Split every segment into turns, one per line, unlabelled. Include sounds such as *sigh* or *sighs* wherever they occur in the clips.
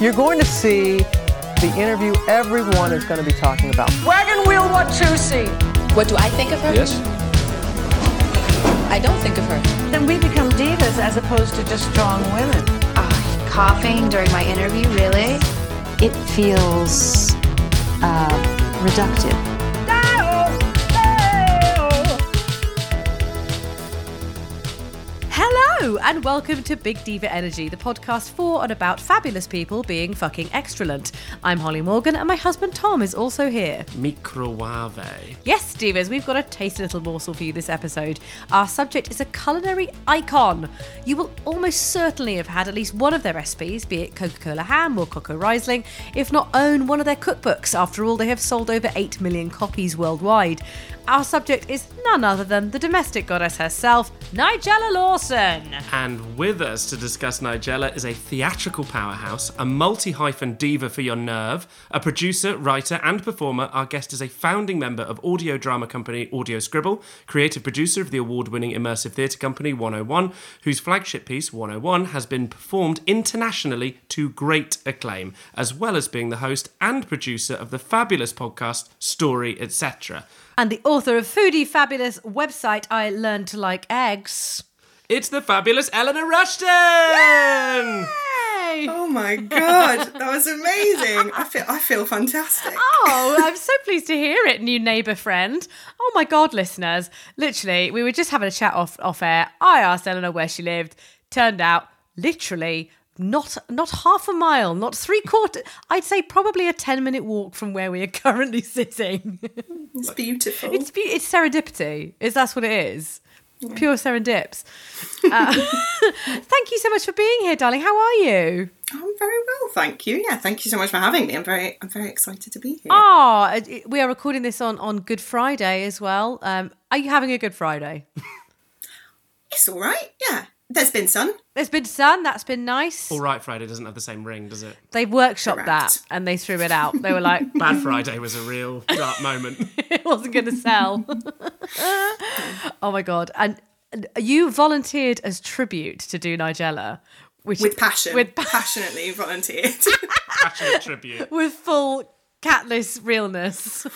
You're going to see the interview everyone is going to be talking about.
Wagon wheel Watusi.
What do I think of her?
Yes.
I don't think of her.
Then we become divas as opposed to just strong women.
Ah, coughing during my interview, really?
It feels uh, reductive.
Hello, and welcome to Big Diva Energy, the podcast for and about fabulous people being fucking extralent. I'm Holly Morgan, and my husband Tom is also here.
Microwave.
Yes, divas, we've got a tasty little morsel for you this episode. Our subject is a culinary icon. You will almost certainly have had at least one of their recipes, be it Coca Cola ham or Coco Riesling, if not own one of their cookbooks. After all, they have sold over 8 million copies worldwide. Our subject is none other than the domestic goddess herself, Nigella Lawson.
And with us to discuss Nigella is a theatrical powerhouse, a multi hyphen diva for your nerve, a producer, writer, and performer. Our guest is a founding member of audio drama company Audio Scribble, creative producer of the award winning immersive theatre company 101, whose flagship piece 101 has been performed internationally to great acclaim, as well as being the host and producer of the fabulous podcast Story Etc.
and the author of Foodie Fabulous website I Learned to Like Eggs.
It's the fabulous Eleanor Rushton!
Oh my god, that was amazing! I feel I feel fantastic.
Oh, I'm so pleased to hear it, new neighbour friend. Oh my god, listeners. Literally, we were just having a chat off off air. I asked Eleanor where she lived. Turned out, literally, not not half a mile, not three quarter I'd say probably a ten minute walk from where we are currently *laughs* sitting.
It's beautiful.
It's be- it's serendipity. Is that's what it is? Pure serendips. Uh, *laughs* thank you so much for being here, darling. How are you?
I'm very well, thank you. Yeah, thank you so much for having me. I'm very I'm very excited to be here.
Ah, it- it- we are recording this on on Good Friday as well. Um, are you having a Good Friday?
It's all right. Yeah, there's been sun.
There's been sun. That's been nice.
All right, Friday doesn't have the same ring, does it?
They workshopped
Correct.
that and they threw it out. They were like, *laughs*
Bad Friday was a real dark moment.
it wasn't going to sell. *laughs* oh my god! And and you volunteered as tribute to do Nigella, which
With passion,
with pa-
passionately volunteered.
*laughs*
Passionate tribute.
with *laughs* full catless realness.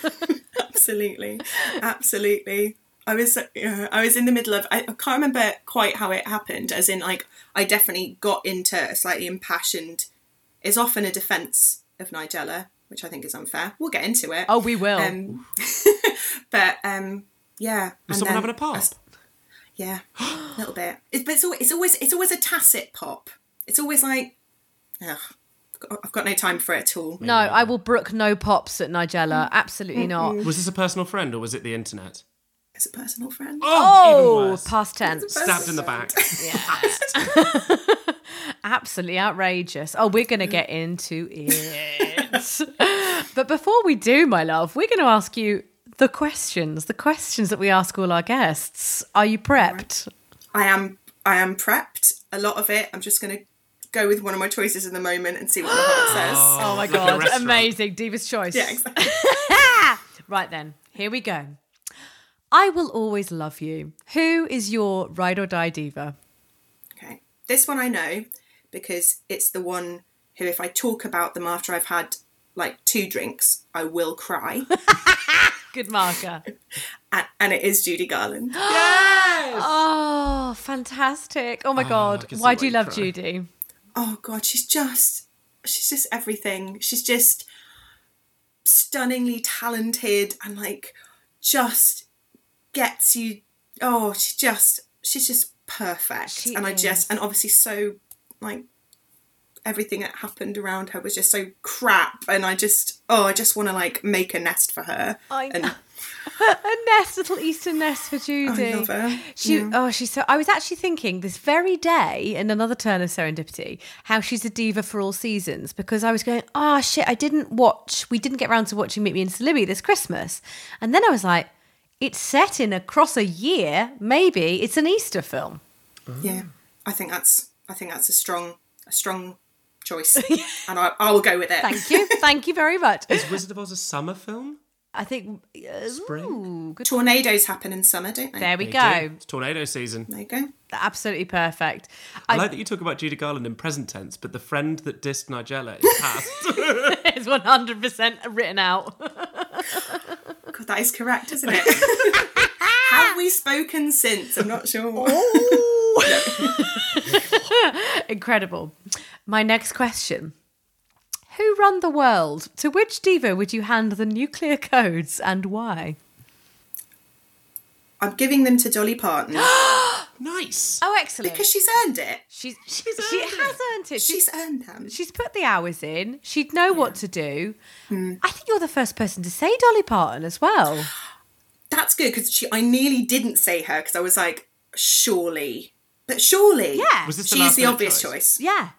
absolutely, absolutely. I was uh, I was in the middle of I, I can't remember quite how it happened. As in, like I definitely got into a slightly impassioned. It's often a defence of Nigella, which I think is unfair. We'll get into it.
Oh, we will.
Um, *laughs* but um, yeah,
Was
and
someone
then-
having a pop?
Yeah,
*gasps*
a little bit. It's, but it's always, it's always it's always a tacit pop. It's always like, ugh, I've got- I've got no time for it at all.
No, I will brook no pops at Nigella. Absolutely not.
Was this a personal friend or was it the internet?
It's a personal friend.
Oh, even
Oh,
worse.
past tense.
Stabbed in the back.
Absolutely outrageous. Oh, we're going to get into it. but before we do, my love, we're going to ask you the questions, the questions that we ask all our guests. Are you prepped?
I am I am prepped. A lot of it. I'm just gonna go with one of my choices in the moment and see what the heart says.
Oh my
a
God.
restaurant.
Amazing. Diva's choice. *laughs*
Yeah, exactly.
Right then, here we go. I will always love you. Who is your ride or die diva?
Okay. This one I know because it's the one who, if I talk about them after I've had like two drinks, I will cry.
Good marker.
and, and it is Judy Garland.
Oh, fantastic. Oh my God.
Ah, can see
Why
why
do you
you
love
cry.
Judy?
oh god she's just she's just everything she's just stunningly talented and like just gets you oh she just she's just perfect
She
and i
is.
just and obviously so like everything that happened around her was just so crap and i just oh i just want to like make a nest for her
I
and
know. a nest, little Easter nest for Judy.
Oh, love her.
She, oh, she's so. I was actually thinking this very day in another turn of serendipity, how she's a diva for all seasons because I was going, ah, shit, I didn't watch. We didn't get round to watching Meet Me in Salimi this Christmas, and then I was like, it's set in across a year. Maybe it's an Easter film.
yeah i think that's i think that's a strong a strong
*laughs*
choice and I, i'll go with it *laughs*
Thank you, thank you very much.
Is Wizard of Oz a summer film?
I think uh,
Spring?
ooh, good-
Tornadoes happen in summer, don't they?
There we
They
go.
do. It's tornado season.
There you go.
Absolutely perfect. *laughs*
I
I,
like that you talk about Judy Garland in present tense, but the friend that dissed Nigella is past.
it's one hundred percent written out.
God, that is correct, isn't it? Have we spoken since? I'm not sure.
Incredible. My next question: Who run the world? To which diva would you hand the nuclear codes, and why?
I'm giving them to Dolly Parton
nice.
Oh, excellent.
because she's earned it.
she's, she has earned it.
She's earned them.
she's put the hours in. She'd know what to do. I think you're the first person to say Dolly Parton as *sighs* well.
That's good because she. I nearly didn't say her because I was like, surely, but surely,
Yeah.
Was this the
she's
last
the,
minute
obvious
choice?
choice.
Yeah.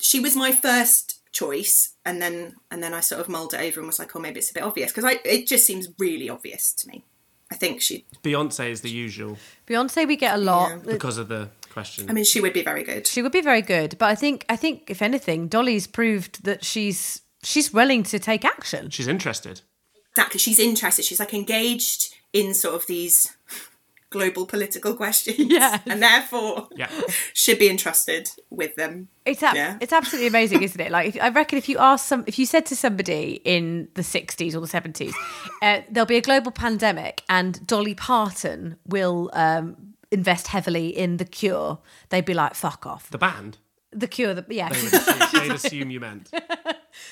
She was my first choice, and then and then I sort of mulled it over and was like, oh, maybe it's a bit obvious because I it just seems really obvious to me. I think she.
Beyonce is the usual
Beyonce, we get a lot.
because of the question.
I mean, she would be very good.
She would be very good, but I think I think if anything, Dolly's proved that she's she's willing to take action.
She's interested.
exactly she's interested she's like engaged in sort of these *laughs* global political questions
Yes.
and therefore
Yeah.
should be entrusted with them
It's ab-
Yeah.
it's absolutely amazing, isn't it? Like if, I reckon if you ask some, if you said to somebody in the '60s or the '70s, uh, there'll be a global pandemic, and Dolly Parton will um, invest heavily in the cure. They'd be like, "Fuck off."
The band.
The cure, the, yeah.
They would assume, they'd assume you meant.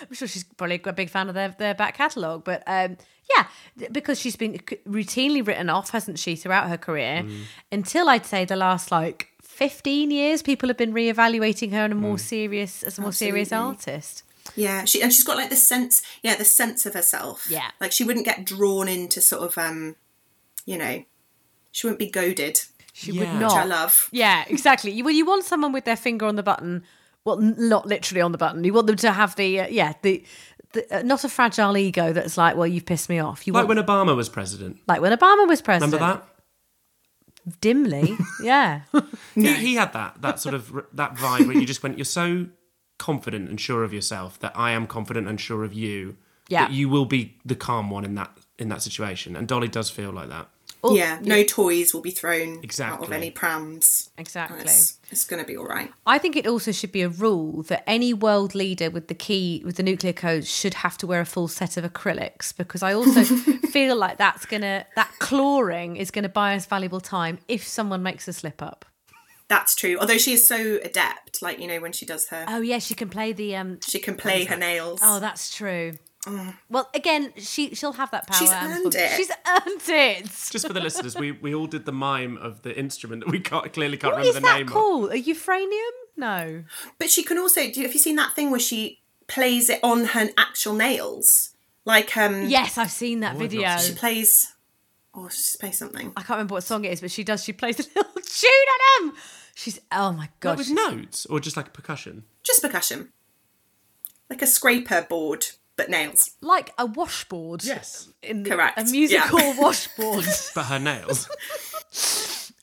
I'm sure she's probably a big fan of their, their back catalogue. But um, yeah, th- because she's been c- routinely written off, hasn't she, throughout her career? Until I'd say the last like 15 years, people have been reevaluating her in a more serious as a more serious artist.
yeah she and she's got like the sense yeah the sense of herself
Yeah.
like she wouldn't get drawn into sort of um you know she wouldn't be goaded
She
Yeah.
would
which
not.
i love
Yeah, exactly. You, well, you want someone with their finger on the button. Well, n- not literally on the button. You want them to have the uh, yeah the. the uh, not a fragile ego that's like, well, you've pissed me off. You
Like
want,
when Obama was president.
like when Obama was president.
Remember that? *laughs*
Dimly, yeah.
He, he had that that sort of r- that vibe where you just went, you're so confident and sure of yourself that I am confident and sure of you.
Yeah.
That you will be the calm one in that in that situation. And Dolly does feel like that.
Oh.
yeah no toys will be thrown out of
Exactly.
any prams
Exactly.
it's, it's gonna be all right
I think it also should be a rule that any world leader with the key with the nuclear codes should have to wear a full set of acrylics because I
*laughs*
also feel like that's gonna that clawing is gonna buy us valuable time if someone makes a slip up.
that's true although she is so adept like you know when she does her
Oh yeah, she can play the um.
she can play her nails
Oh, that's true. Well, again, she she'll have that power.
She's
and
earned
function.
it.
Mm. She's earned it.
Just for the listeners, we, we all did the mime of the instrument that we can't, clearly can't
What
remember
is
the
that
name
called? A euphonium? No.
But she can also do. Have you seen that thing where she plays it on her actual nails? Like um,
Yes, I've seen that
I've not
video.
she plays. Oh, she plays something.
I can't remember what song it is, but she does. She plays a *laughs* little tune at him. She's oh my
of.
god,
Like with notes or just like percussion.
Just percussion, like a scraper board, but nails.
like a washboard. in the,
Correct.
A musical *laughs*
Yeah.
washboard.
*laughs* But her nails.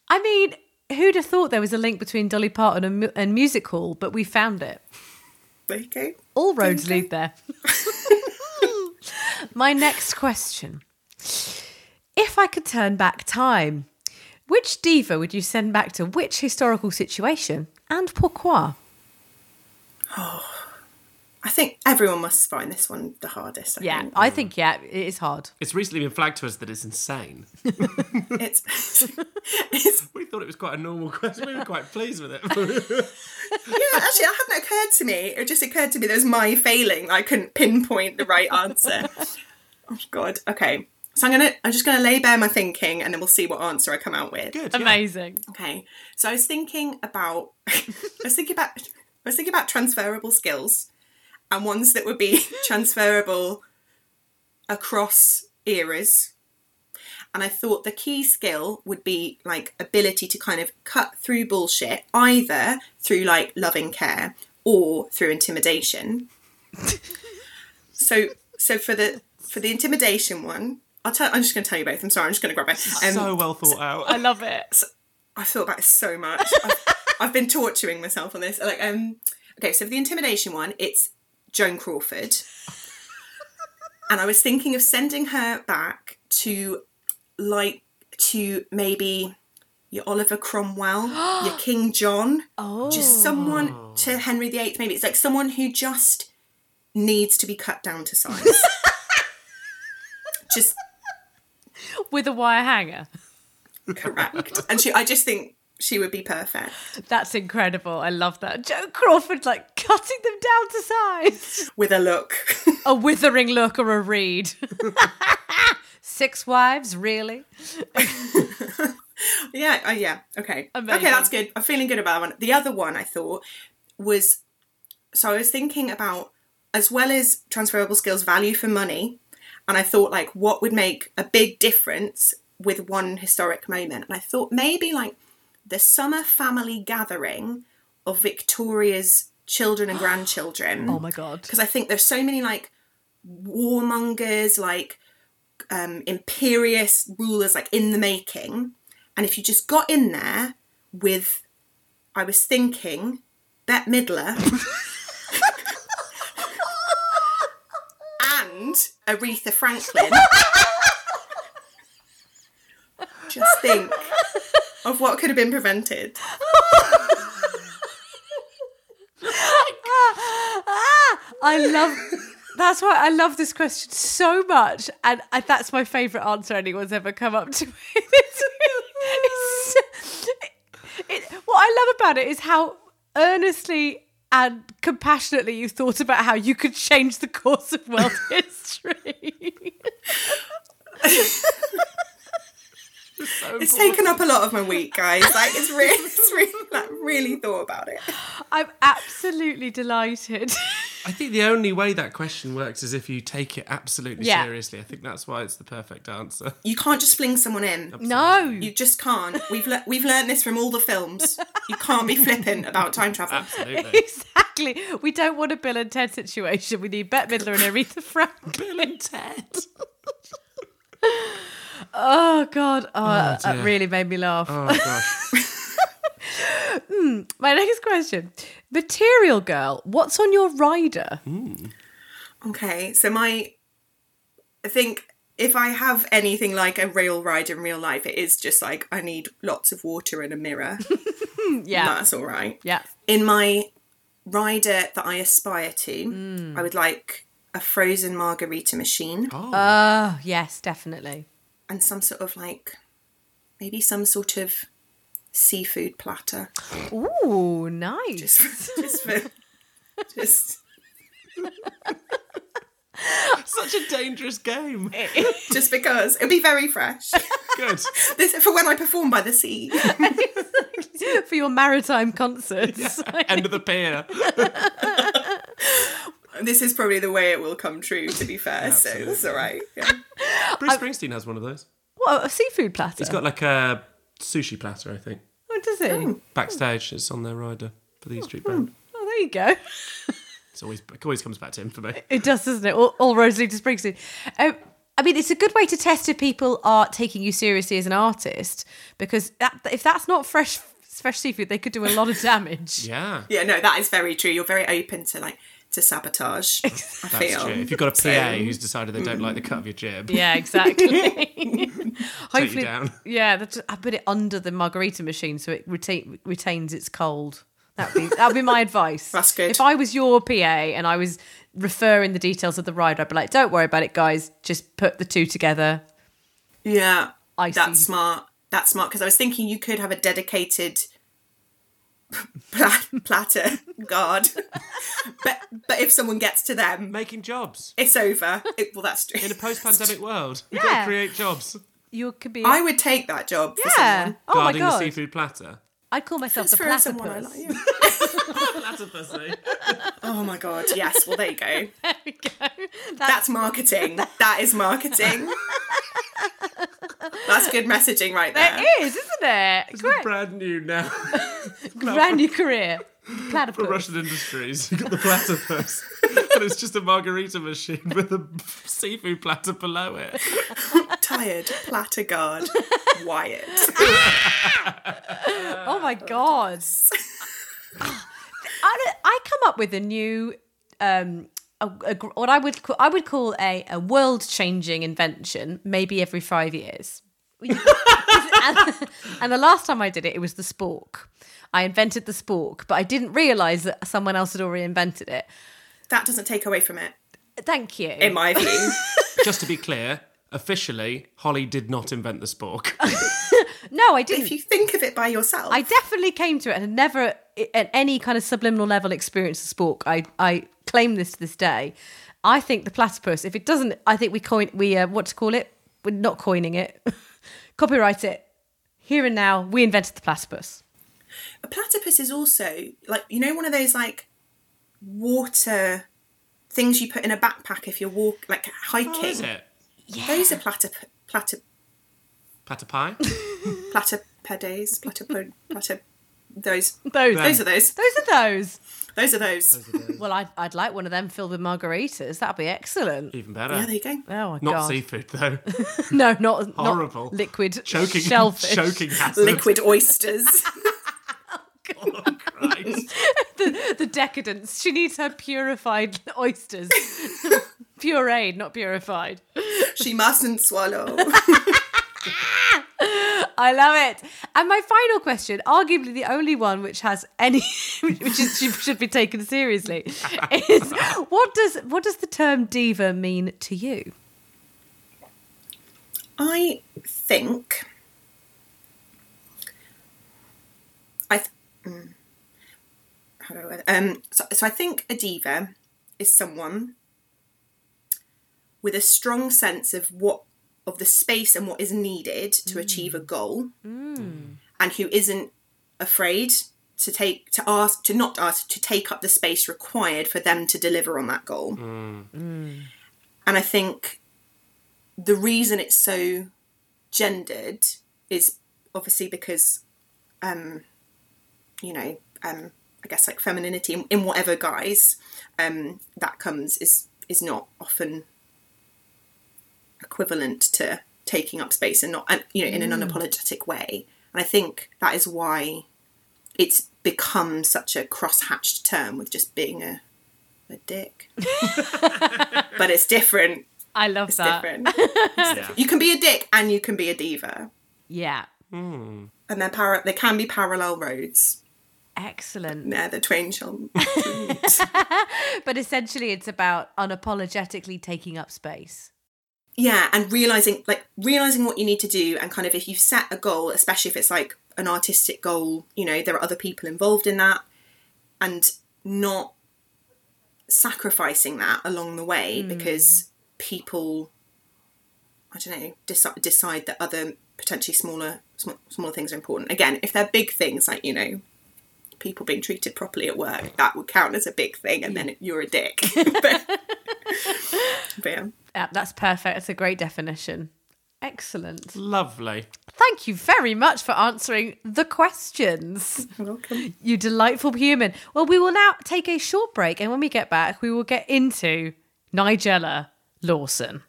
I mean, who'd have thought there was a link between Dolly Parton and, mu- and Music Hall, but we found it.
There you go.
All roads lead *laughs* there. My next question. If I could turn back time, which diva would you send back to which historical situation and pourquoi?
I think everyone must find this one the hardest. I
Yeah,
think.
I think, yeah, it is hard.
it's recently been flagged to us that it's insane.
it's, *laughs* it's
We thought it was quite a normal question. We were quite pleased with it. *laughs*
yeah. Actually, that hadn't occurred to me. It just occurred to me that was my failing. I couldn't pinpoint the right answer. *laughs* oh God. Okay. So I'm gonna. I'm just gonna lay bare my thinking, and then we'll see what answer I come out with.
Good. yeah.
Amazing.
Okay, so I was thinking about, *laughs* I was thinking about, I was thinking about transferable skills, and ones that would be transferable across eras. And I thought the key skill would be like ability to kind of cut through bullshit, either through like loving care or through intimidation. so, so for the for the intimidation one, I'll tell. I'm just going to tell you both. I'm sorry. I'm just going to grab it. Um,
so well thought out.
I love it.
I've thought about it so much. I've, I've been torturing myself on this. Like, um, okay, so for the intimidation one, it's Joan Crawford, and I was thinking of sending her back to like to maybe your Oliver Cromwell, your King John, just someone to Henry VIII. Maybe it's like someone who just needs to be cut down to size. just
with a wire hanger.
correct. And she, I just think she would be perfect.
That's incredible. I love that. Joe Crawford like cutting them down to size.
with a look.
*laughs* A withering look or a reed. *laughs* Six wives, really?
yeah, uh, yeah. Okay.
Amazing.
Okay, that's good. I'm feeling good about that one. The other one I thought was so I was thinking about as well as transferable skills, value for money, and I thought like what would make a big difference with one historic moment, and I thought maybe like the summer family gathering of Victoria's
*gasps*
children and grandchildren.
Oh my god.
because I think there's so many like warmongers, like um, imperious rulers, like in the making. And if you just got in there with, I was thinking, Bette Midler and Aretha Franklin, just think of what could have been prevented.
I love that's why I love this question so much, and I, that's my favourite answer anyone's ever come up to me. *laughs* It's really- it's so- it- what I love about it is how earnestly and compassionately you thought about how you could change the course of world *laughs* history.
It's taken up a lot of my week, guys. Like it's really, it's really, like really thought about it.
I'm absolutely delighted.
I think the only way that question works is if you take it absolutely
Yeah.
seriously. I think that's why it's the perfect answer.
*laughs*
You can't just fling someone in.
No,
You just can't. We've le- we've learned this from all the films. You can't be flippant about time
*laughs*
travel.
Absolutely.
*laughs* exactly. We don't want a Bill and Ted situation. We need Bette Midler and Aretha Franklin.
Bill and Ted.
*laughs* Oh God, oh, that
dear.
really made me laugh.
Oh
*laughs*
gosh.
My next question: Material Girl, what's on your rider?
Hmm?
Okay, so my, I think if I have anything like a rail ride in real life, it is just like I need lots of water and a mirror.
*laughs* Yeah,
That's all right.
yeah.
In my rider that I aspire to,
Mm.
I would like a frozen margarita machine
Oh yes, definitely.
and some sort of like, maybe some sort of seafood platter.
Ooh, nice.
Just, *laughs* just for, just.
Such a dangerous game.
just because it'll be very fresh.
*laughs*
*laughs*
Good.
this for when I perform by the sea.
*laughs* For your maritime concerts.
End of the pier.
this is probably the way it will come true. To be fair, so it's all right. Yeah.
Bruce Springsteen has one of those.
What a seafood platter.
He's got like a sushi platter, I think.
What does he? Oh,
Backstage, it's on their rider for the E Street Band.
there you go.
It's always it always comes back to him
*laughs*
for me.
It does, doesn't it? All, all roads lead to Springsteen. Um, I mean, it's a good way to test if people are taking you seriously as an artist because that, if that's not fresh, fresh seafood, they could do a lot of damage.
Yeah,
yeah, no, that is very true. You're very open to like to sabotage. I
that's
feel.
true. If you've got a PA who's decided they don't like the cut of your jib,
Yeah,
*laughs*
exactly. *laughs* Hopefully,
down. *laughs*
yeah. That's, I put it under the margarita machine so it retain, retains its cold. That would be that would be my
*laughs*
advice.
That's good.
If I was your PA and I was referring the details of the ride, I'd be like, "Don't worry about it, guys. Just put the two together."
Yeah,
I
that's
see.
smart. That's smart because I was thinking you could have a dedicated *laughs* pla- platter guard, but but if someone gets to them,
making jobs
it's over. It, well, that's true.
in a post-pandemic world, we've got
Yeah.
to create jobs.
You could be.
I would take that job. For
yeah.
someone.
oh my
Guarding the
god.
seafood platter.
I'd call myself the
for someone I
platypus.
like. Yeah. Oh my god! Yes. Well, there you go.
*laughs* There we go.
That's marketing. That is marketing. That's good messaging right there.
That is, isn't it? Great.
Brand
*laughs*
new now
Brand new career. The Platypus.
Russian Industries. You've got the platypus, *laughs* and it's just a margarita machine with a seafood platter below it.
Tired platter guard Wyatt.
Oh my god! I, I come up with a new. Um, a, a gr- what I would call, I would call a, a world changing invention maybe every five years. *laughs* and, and the last time I did it, it was the spork. I invented the spork, but I didn't realise that someone else had already invented it.
That doesn't take away from it,
Thank you.
in my view.
Just to be clear, officially, Holly did not invent
*laughs*
the spork.
no, I didn't.
if you think of it by yourself,
I definitely came to it and had never at any kind of subliminal level experienced the spork. I, I claim this to this day. I think the platypus, if it doesn't, I think we coin, we, uh, what to call it? We're not coining it. *laughs* Copyright it. Here and now, we invented the platypus.
a platypus is also like you know one of those like water things you put in a backpack if you're walk like hiking.
Is it?
Those are platyp platyp
Pat a pie?
platypedes platypo platyp those
Those.
those are those
Those are those.
those are those.
Well, I'd, I'd like one of them filled with margaritas. That'd be excellent.
Even better.
Yeah, there you go.
Oh my
not
god!
seafood though.
*laughs* no, not
Horrible.
Not liquid *laughs*
Choking
shellfish.
*laughs* choking hazard.
*laughs* Liquid oysters.
*laughs*
Oh, Christ.
The decadence. She needs her purified *laughs* oysters. Pureed, not purified.
she mustn't swallow.
I love it. And my final question, arguably the only one which has any, *laughs* which is, should, should be taken *laughs* seriously, is what does what does the term diva mean to you?
I think I th- mm. how do I word- um so, so I think a diva is someone with a strong sense of what of the space and what is needed to achieve a goal and who isn't afraid to take to ask to not ask to take up the space required for them to deliver on that goal and I think the reason it's so gendered is obviously because um you know um i guess like femininity in, in whatever guise um that comes is is not often equivalent to taking up space and not and, you know in an unapologetic way and i think that is why it's become such a cross-hatched term with just being a a dick but it's different
I love
it's
that.
different. It's different. You can be a dick and you can be a diva,
Yeah,
and they're para- There can be parallel roads.
excellent.
There, the twain shall.
But essentially, it's about unapologetically taking up space.
yeah, and realizing like realizing what you need to do, and kind of if you've set a goal, especially if it's like an artistic goal, you know there are other people involved in that, and not sacrificing that along the way because people, I don't know, deci- decide that other potentially smaller sm- smaller things are important. Again, if they're big things like you know people being treated properly at work, that would count as a big thing, and then you're a dick. *laughs* but, but yeah.
Yeah, that's perfect. That's a great definition. Excellent.
Lovely.
Thank you very much for answering the questions.
welcome.
You delightful human. Well, we will now take a short break, and when we get back, we will get into Nigella Lawson.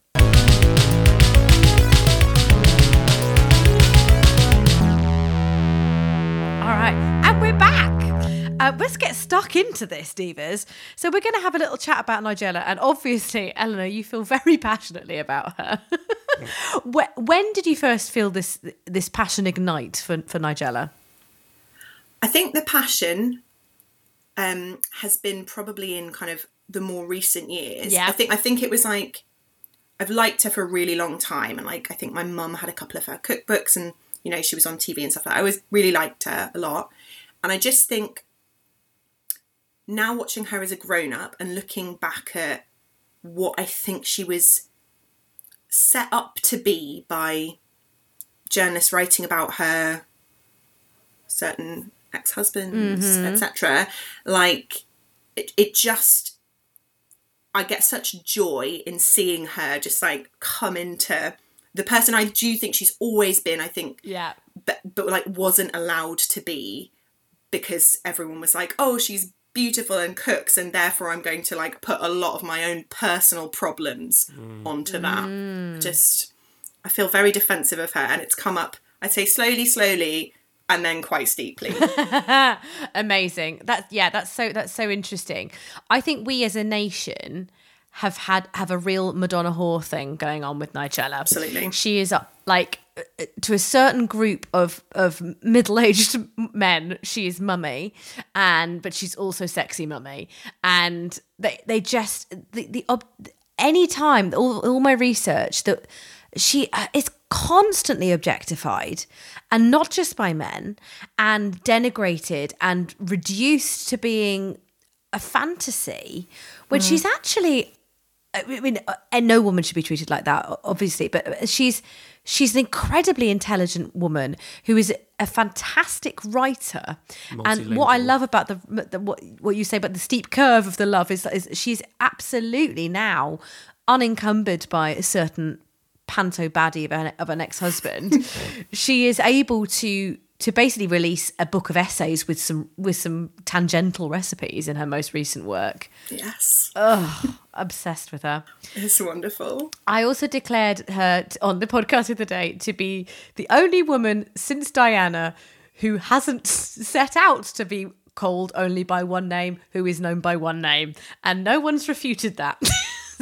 All right, and we're back. Uh, let's get stuck into this, divas. So we're going to have a little chat about Nigella, and obviously, Eleanor, you feel very passionately about her. *laughs* when, when did you first feel this this passion ignite for for Nigella?
I think the passion um, has been probably in kind of the more recent years.
Yeah.
I think I think it was like I've liked her for a really long time, and like I think my mum had a couple of her cookbooks, and you know she was on TV and stuff like. that. I always really liked her a lot, and I just think now watching her as a grown up and looking back at what I think she was set up to be by journalists writing about her certain ex-husbands etc like it, it just i get such joy in seeing her just like come into the person i do think she's always been i think
Yeah,
but, but like wasn't allowed to be because everyone was like oh she's beautiful and cooks and therefore i'm going to like put a lot of my own personal problems
Mm.
onto that just i feel very defensive of her and it's come up i'd say slowly slowly and then quite steeply
amazing. That's yeah, that's so that's so interesting. I think we as a nation have had have a real Madonna whore thing going on with Nigella.
Absolutely.
she is uh, like uh, to a certain group of of middle aged *laughs* men. She is mummy, and but she's also sexy mummy, and they they just the the ob- any time all all my research that she uh, is constantly objectified and not just by men and denigrated and reduced to being a fantasy when she's actually I mean, uh, and no woman should be treated like that, o- obviously. But uh, she's she's an incredibly intelligent woman who is a fantastic writer. And what I
Multilingual.
love about the, the what what you say about the steep curve of the love is is she's absolutely now unencumbered by a certain panto baddie of an, of an ex husband. she is able to to basically release a book of essays with some with some tangential recipes in her most recent work.
*laughs* Yes.
Obsessed with her.
It's wonderful.
I also declared her t- on the podcast of the day to be the only woman since Diana who hasn't s- set out to be called only by one name, who is known by one name, and no one's refuted *laughs* that.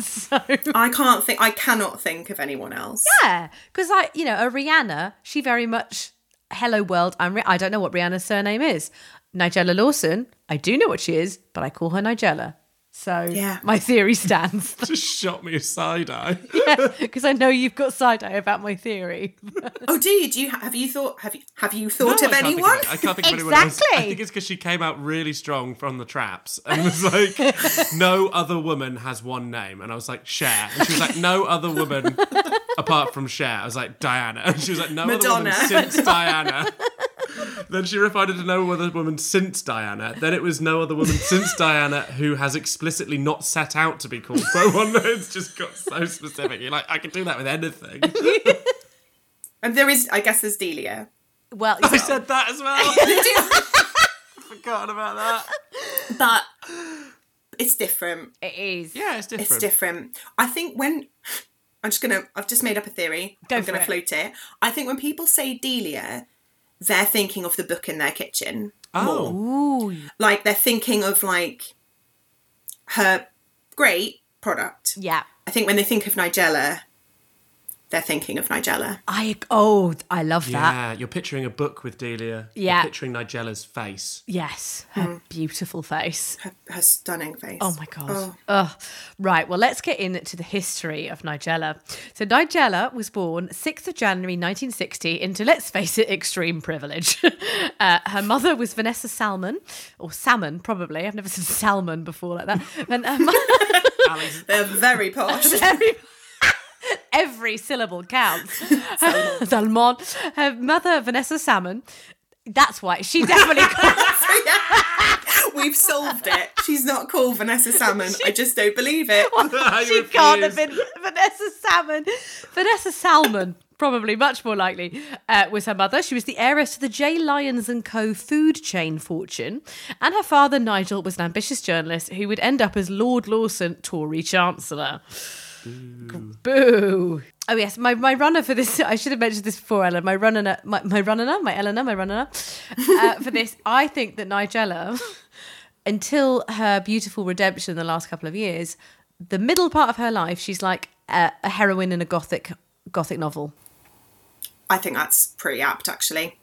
so
I can't think. I cannot think of anyone else.
yeah, because I, you know, a Rihanna, she very much hello world. I'm. Ri- I don't know what Rihanna's surname is. Nigella Lawson, I do know what she is, but I call her Nigella. So
Yeah.
my theory stands *laughs*
Just shot me a side eye.
because I know you've got side eye about my theory.
Oh, do you? Do you have you thought? Have you have you thought
No, I can't
of
think
anyone?
it. I can't think of anyone else. I
Exactly.
think it's because she came out really strong from the traps and was like, *laughs* no other woman has one name. And I was like, Cher. And she was like, no other woman apart from Cher. I was like, Diana. And she was like, no other woman
Madonna.
since Diana. Then she refined it to no other woman since Diana. Then it was no other woman since Diana who has explicitly not set out to be called *laughs* by one. It's just got so specific. You're like, I could do that with anything.
And there is. I guess there's Delia.
*laughs* Well,
I said that
*laughs*
as well. *laughs* Forgotten about that.
but it's different.
it is.
Yeah, it's different.
It's different. I think when I'm just gonna, I've just made up a theory.
Go
I'm
for
gonna
it.
float it. I think when people say Delia, they're thinking of the book in their kitchen.
Oh,
Like they're thinking of like her great product.
Yeah.
I think when they think of Nigella, they're thinking of Nigella.
I oh, I love that.
yeah. You're picturing a book with Delia. You're
Yeah.
picturing Nigella's face.
Yes, her beautiful face.
Her, her stunning face.
Oh my god. Ugh. Right, well, let's get into the history of Nigella. So Nigella was born 6th of January 1960 into let's face it extreme privilege. *laughs* uh, her mother was Vanessa Salmon or Salmon probably. I've never *laughs* seen Salmon before like that. And her mother *laughs*
Alex,
They're very posh.
every, every syllable counts. *laughs* Salmon. Her mother Vanessa Salmon. That's why she definitely *laughs*
We've solved it. She's not called Vanessa
*laughs*
Salmon. I just don't believe it.
*laughs* I
*laughs* she can't have
refuse.
been Vanessa Salmon. Vanessa Salmon, probably much more likely, uh, was her mother. She was the heiress to the J. Lyons and Co. food chain fortune, and her father Nigel was an ambitious journalist who would end up as Lord Lawson, Tory Chancellor. Boo. Oh yes, my, my runner for this. *laughs* I should have mentioned this before, Ellen. My runner, my, my runner, my Eleanor, my runner uh, for this. I think that Nigella, until her beautiful redemption in the last couple of years, the middle part of her life, she's like a, a heroine in a gothic gothic novel.
I think that's pretty apt, actually.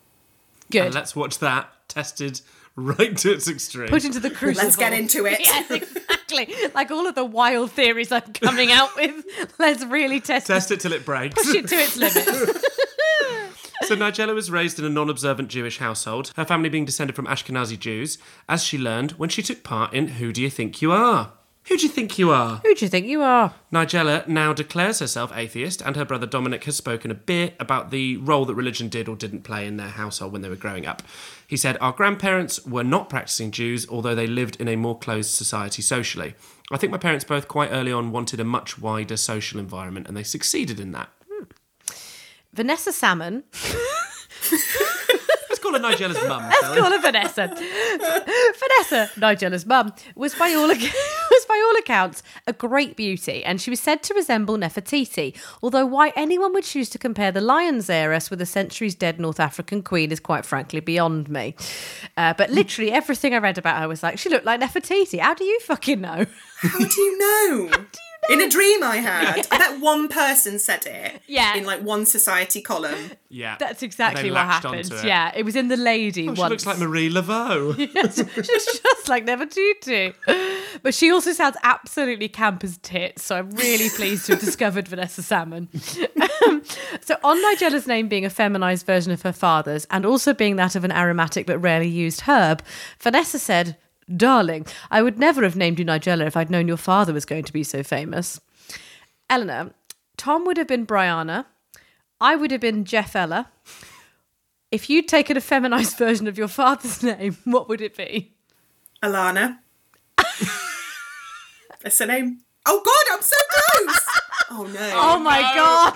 Good.
And let's watch that tested right to its extreme.
Put into the crucible.
Let's get into it.
Yes, exactly. like all of the wild theories I'm coming out with. *laughs* Let's really test,
Test it till it breaks.
push it to its limits.
*laughs* So Nigella was raised in a non-observant Jewish household, her family being descended from Ashkenazi Jews, as she learned when she took part in Who Do You Think You Are? Who do you think you are?
Who do you think you are?
Nigella now declares herself atheist, and her brother Dominic has spoken a bit about the role that religion did or didn't play in their household when they were growing up. He said, Our grandparents were not practicing Jews, although they lived in a more closed society socially. I think my parents both quite early on wanted a much wider social environment, and they succeeded in that.
Vanessa Salmon.
Let's call her Nigella's mum. shall we?
Call her Vanessa. Vanessa, Nigella's mum, was by all ac- *laughs* was by all accounts a great beauty, and she was said to resemble Nefertiti. Although why anyone would choose to compare the lion's heiress with a centuries dead North African queen is quite frankly beyond me. Uh, but literally
*laughs*
*laughs*
everything I read about her was like, she looked like Nefertiti. How do you fucking know?
How do you know? In a dream I *laughs* had. I bet one person said it.
Yeah.
In like one society column.
Yeah.
That's exactly
They
what
latched onto
happened.
it.
Yeah, it was in the lady
Oh,
once.
she looks like Marie
*laughs*
Laveau.
She's just like Nefertiti. But she also sounds absolutely camp as tits, so I'm really pleased to have discovered Vanessa Salmon. Um, so on Nigella's name being a feminized version of her father's and also being that of an aromatic but rarely used herb, Vanessa said, Darling, I would never have named you Nigella if I'd known your father was going to be so famous. Eleanor, Tom would have been Brianna. I would have been Jeff Ella. If you'd taken a feminized *laughs* version of your father's name, what would it be?
*laughs* Alana. That's her name. Oh god, I'm so *laughs* close! Oh no.
Oh my god!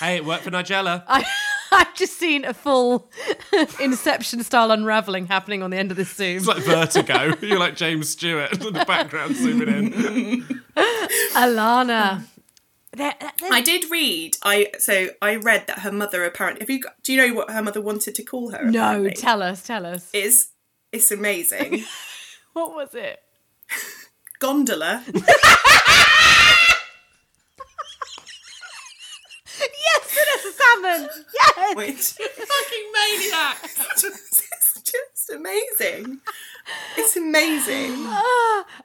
hey, it worked for Nigella.
I, *laughs* I've just seen a full *laughs* Inception style unraveling happening on the end of this Zoom.
It's like Vertigo. *laughs* You're like James Stewart in the background
*laughs*
zooming in.
Alana.
I did read. I so I read that her mother apparently. Have you? Got, do you know what her mother wanted to call her?
No,
apparently?
tell us, tell us.
is it's *laughs* amazing.
What was it?
Gondola.
Yes, Vanessa Salmon! *laughs* Yes!
which *laughs* fucking maniac. *laughs* it's just amazing. It's amazing.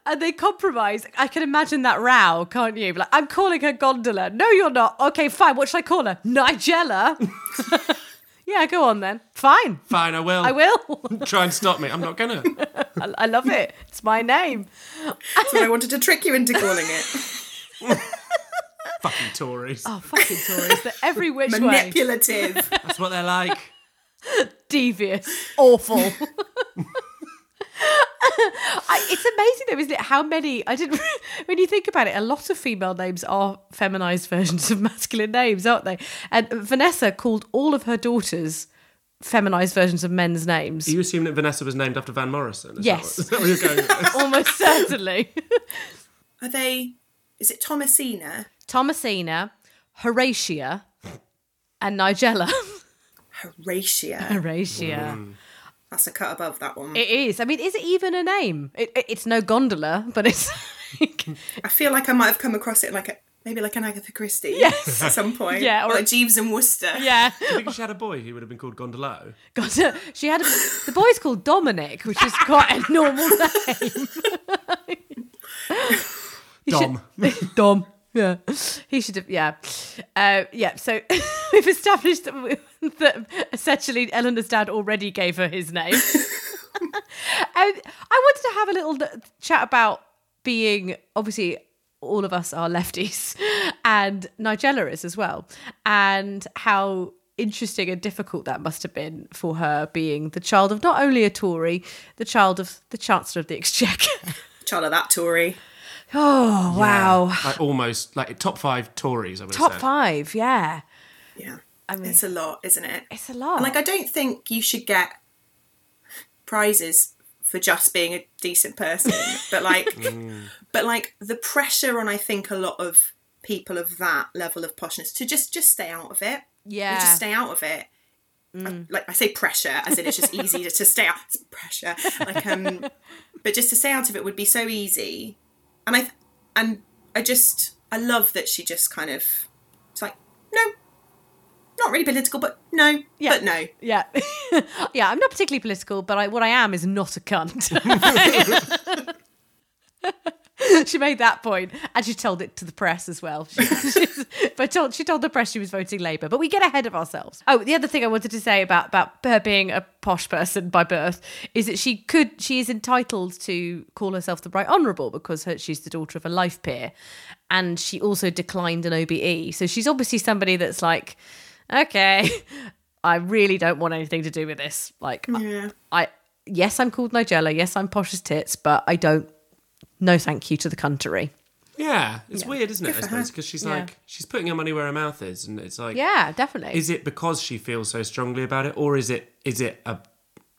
And they compromise. I can imagine that row, can't you? Like, I'm calling her Gondola. No, you're not. Okay, fine. What should I call her? Nigella. *laughs* yeah, go on then. Fine.
Fine, I will.
I will. *laughs*
Try and stop me. I'm not gonna.
I, I love it. It's my name.
That's what I wanted to trick you into calling it.
Fucking Tories.
Oh, fucking Tories. They're every which way. *laughs*
Manipulative.
That's what they're like.
devious, awful. *laughs* I, it's amazing though, isn't it? How many I didn't. *laughs* When you think about it, a lot of female names are feminized versions of masculine names, aren't they? And Vanessa called all of her daughters feminized versions of men's names.
Do you assume that Vanessa was named after Van Morrison? Is
Yes.
That what, is that where you're going with this?
*laughs* Almost certainly,
Are they? Is it Thomasina?
Thomasina, Horatia, and Nigella. *laughs* Uh-huh.
Horatia.
Horatia.
That's a cut above that one.
It is. I mean, is it even a name? It, it- it's no gondola, but it's. *laughs*
I feel like I might have come across it like a maybe like an Agatha Christie.
*laughs*
Yes. At some point.
Yeah,
Or,
or-
like Jeeves and Worcester.
yeah.
*laughs* I think if she had a boy, he would have been called Gondolo.
God, *laughs* she had a, the boy's called Dominic, which is quite a normal name. You should- *laughs* Dom. Yeah, he should have. Yeah, uh, yeah. So *laughs* we've established that, we, *laughs* that essentially Eleanor's dad already gave her his *laughs* name. And I wanted to have a little n- chat about being obviously all of us are lefties *laughs* and Nigella is as well, and how interesting and difficult that must have been for her being the child of not only a Tory, the child of the Chancellor of the Exchequer. *laughs*
Child of that Tory.
Oh, wow.
Like almost like top five Tories, I would
Top
have said.
five, yeah.
Yeah.
I mean,
It's a lot, isn't it?
it's a lot.
And, Like, I don't think you should get prizes for just being a decent person, but like, but like the pressure on, I think, a lot of people of that level of poshness to just just stay out of it.
Yeah. Mm.
Or just stay out of it. I- like I say, pressure, as in it's just easy to, to stay out. It's pressure,
*laughs*
like um, but just to stay out of it would be so easy. And I and I just I love that she just kind of it's like no, not really political, but no,
Yeah.
but no.
Yeah. *laughs* yeah, I'm not particularly political, but I, what I am is not a cunt. *laughs* she made that point and she told it to the press as well. She, *laughs* she's- but told, she told the press she was voting Labour. But we get ahead of ourselves. Oh, the other thing I wanted to say about, about her being a posh person by birth is that she could, she is entitled to call herself the Right Honourable because her, she's the daughter of a life peer. And she also declined an OBE. So she's obviously somebody that's like, okay, I really don't want anything to do with this. Like, I- I, yes, I'm called Nigella. Yes, I'm posh as tits, but I don't. No, thank you to the country.
Yeah. It's weird, isn't it? I suppose because she's
Yeah.
like she's putting her money where her mouth is, and it's like
Yeah, definitely.
is it because she feels so strongly about it, or is it is it a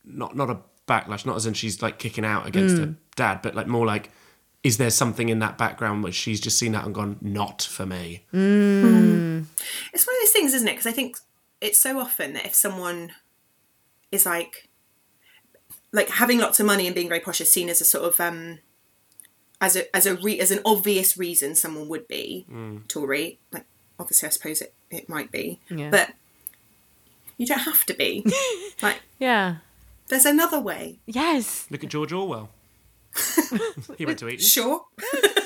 not not a backlash? Not as in she's like kicking out against
Mm.
her dad, but like more like is there something in that background which she's just seen that and gone not for me?
Mm.
It's one of those things, isn't it? Because I think it's so often that if someone is like, like having lots of money and being very posh is seen as a sort of, um, I as a as a re, as an obvious reason someone would be
Mm.
Tory. Like obviously, I suppose it it might be, but you don't have to be. like
Yeah.
there's another way.
Yes.
Look at George Orwell. *laughs* he went to Eton,
Sure.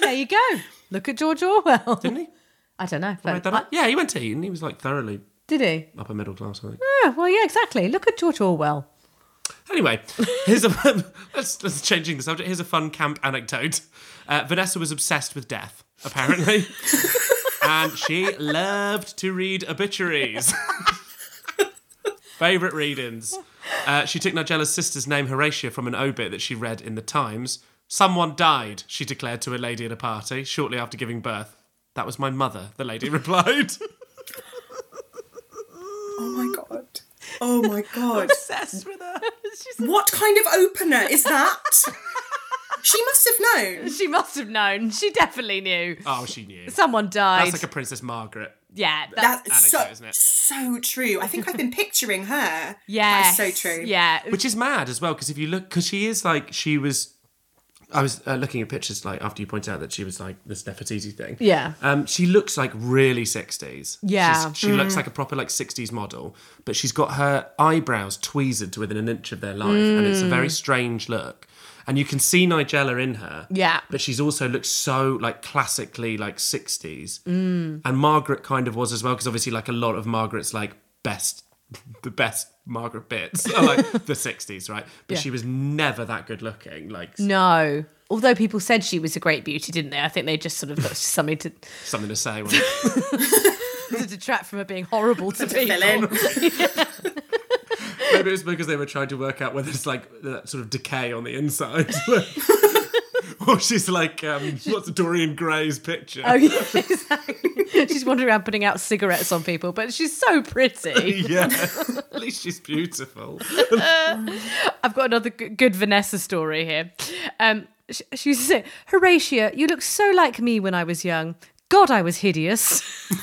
There you go. Look at George Orwell.
didn't he?
*laughs* I don't know.
I read
But
that up. Yeah, he went to Eton. He was like thoroughly
did he?
upper middle class, I think.
Yeah, well, yeah, exactly. Look at George Orwell.
Anyway, here's a *laughs* let's, let's changing the subject. Here's a fun camp anecdote. Uh, Vanessa was obsessed with death,
*laughs*
apparently, and she loved to read obituaries. *laughs* Favorite readings. Uh, she took Nigella's sister's name, Horatia, from an obit that she read in the Times. Someone died, she declared to a lady at a party shortly after giving birth. That was my mother, the lady *laughs* replied.
Oh my god. Oh my god.
Obsessed with her.
What kind of opener is that? she must have
*laughs*
known.
she must have known. She definitely knew.
oh, she knew.
Someone died.
That's like a Princess Margaret.
yeah. That,
That's
Anecdote,
so,
isn't it?
so true. I think
*laughs*
I've been picturing her.
yes.
That's so true.
Yeah.
which is mad as well because if you look because she is like she was i was uh, looking at pictures like after you pointed out that she was like this nefertiti thing
Yeah.
um she looks like really 60s
Yeah. Mm-hmm.
She's- she looks like a proper like 60s model but she's got her eyebrows tweezered to within an inch of their life and it's a
Mm.
very strange look and you can see nigella in her
Yeah.
but she's also looks so like classically like 60s and Margaret kind of was as well because obviously like a lot of Margaret's like best the best Margaret bits are like
*laughs*
the 60s right but she was never that good looking like
No. Although people said she was a great beauty, didn't they? I think they just sort of got something to,
something to
*laughs*
say wasn't it?
to detract from her being horrible to people.
Fill in.
maybe it was because they were trying to work out whether it's like that sort of decay on
*laughs*
the inside or she's like um what's Dorian Gray's picture
*laughs* Oh, yeah, exactly. she's wandering around putting out cigarettes on people, but she's so pretty.
*laughs* yeah
*laughs*
at least she's beautiful
I've got another g- good Vanessa story here. Um, sh- she said, Horatia, you look so like me when I was young. God, I was hideous. *laughs*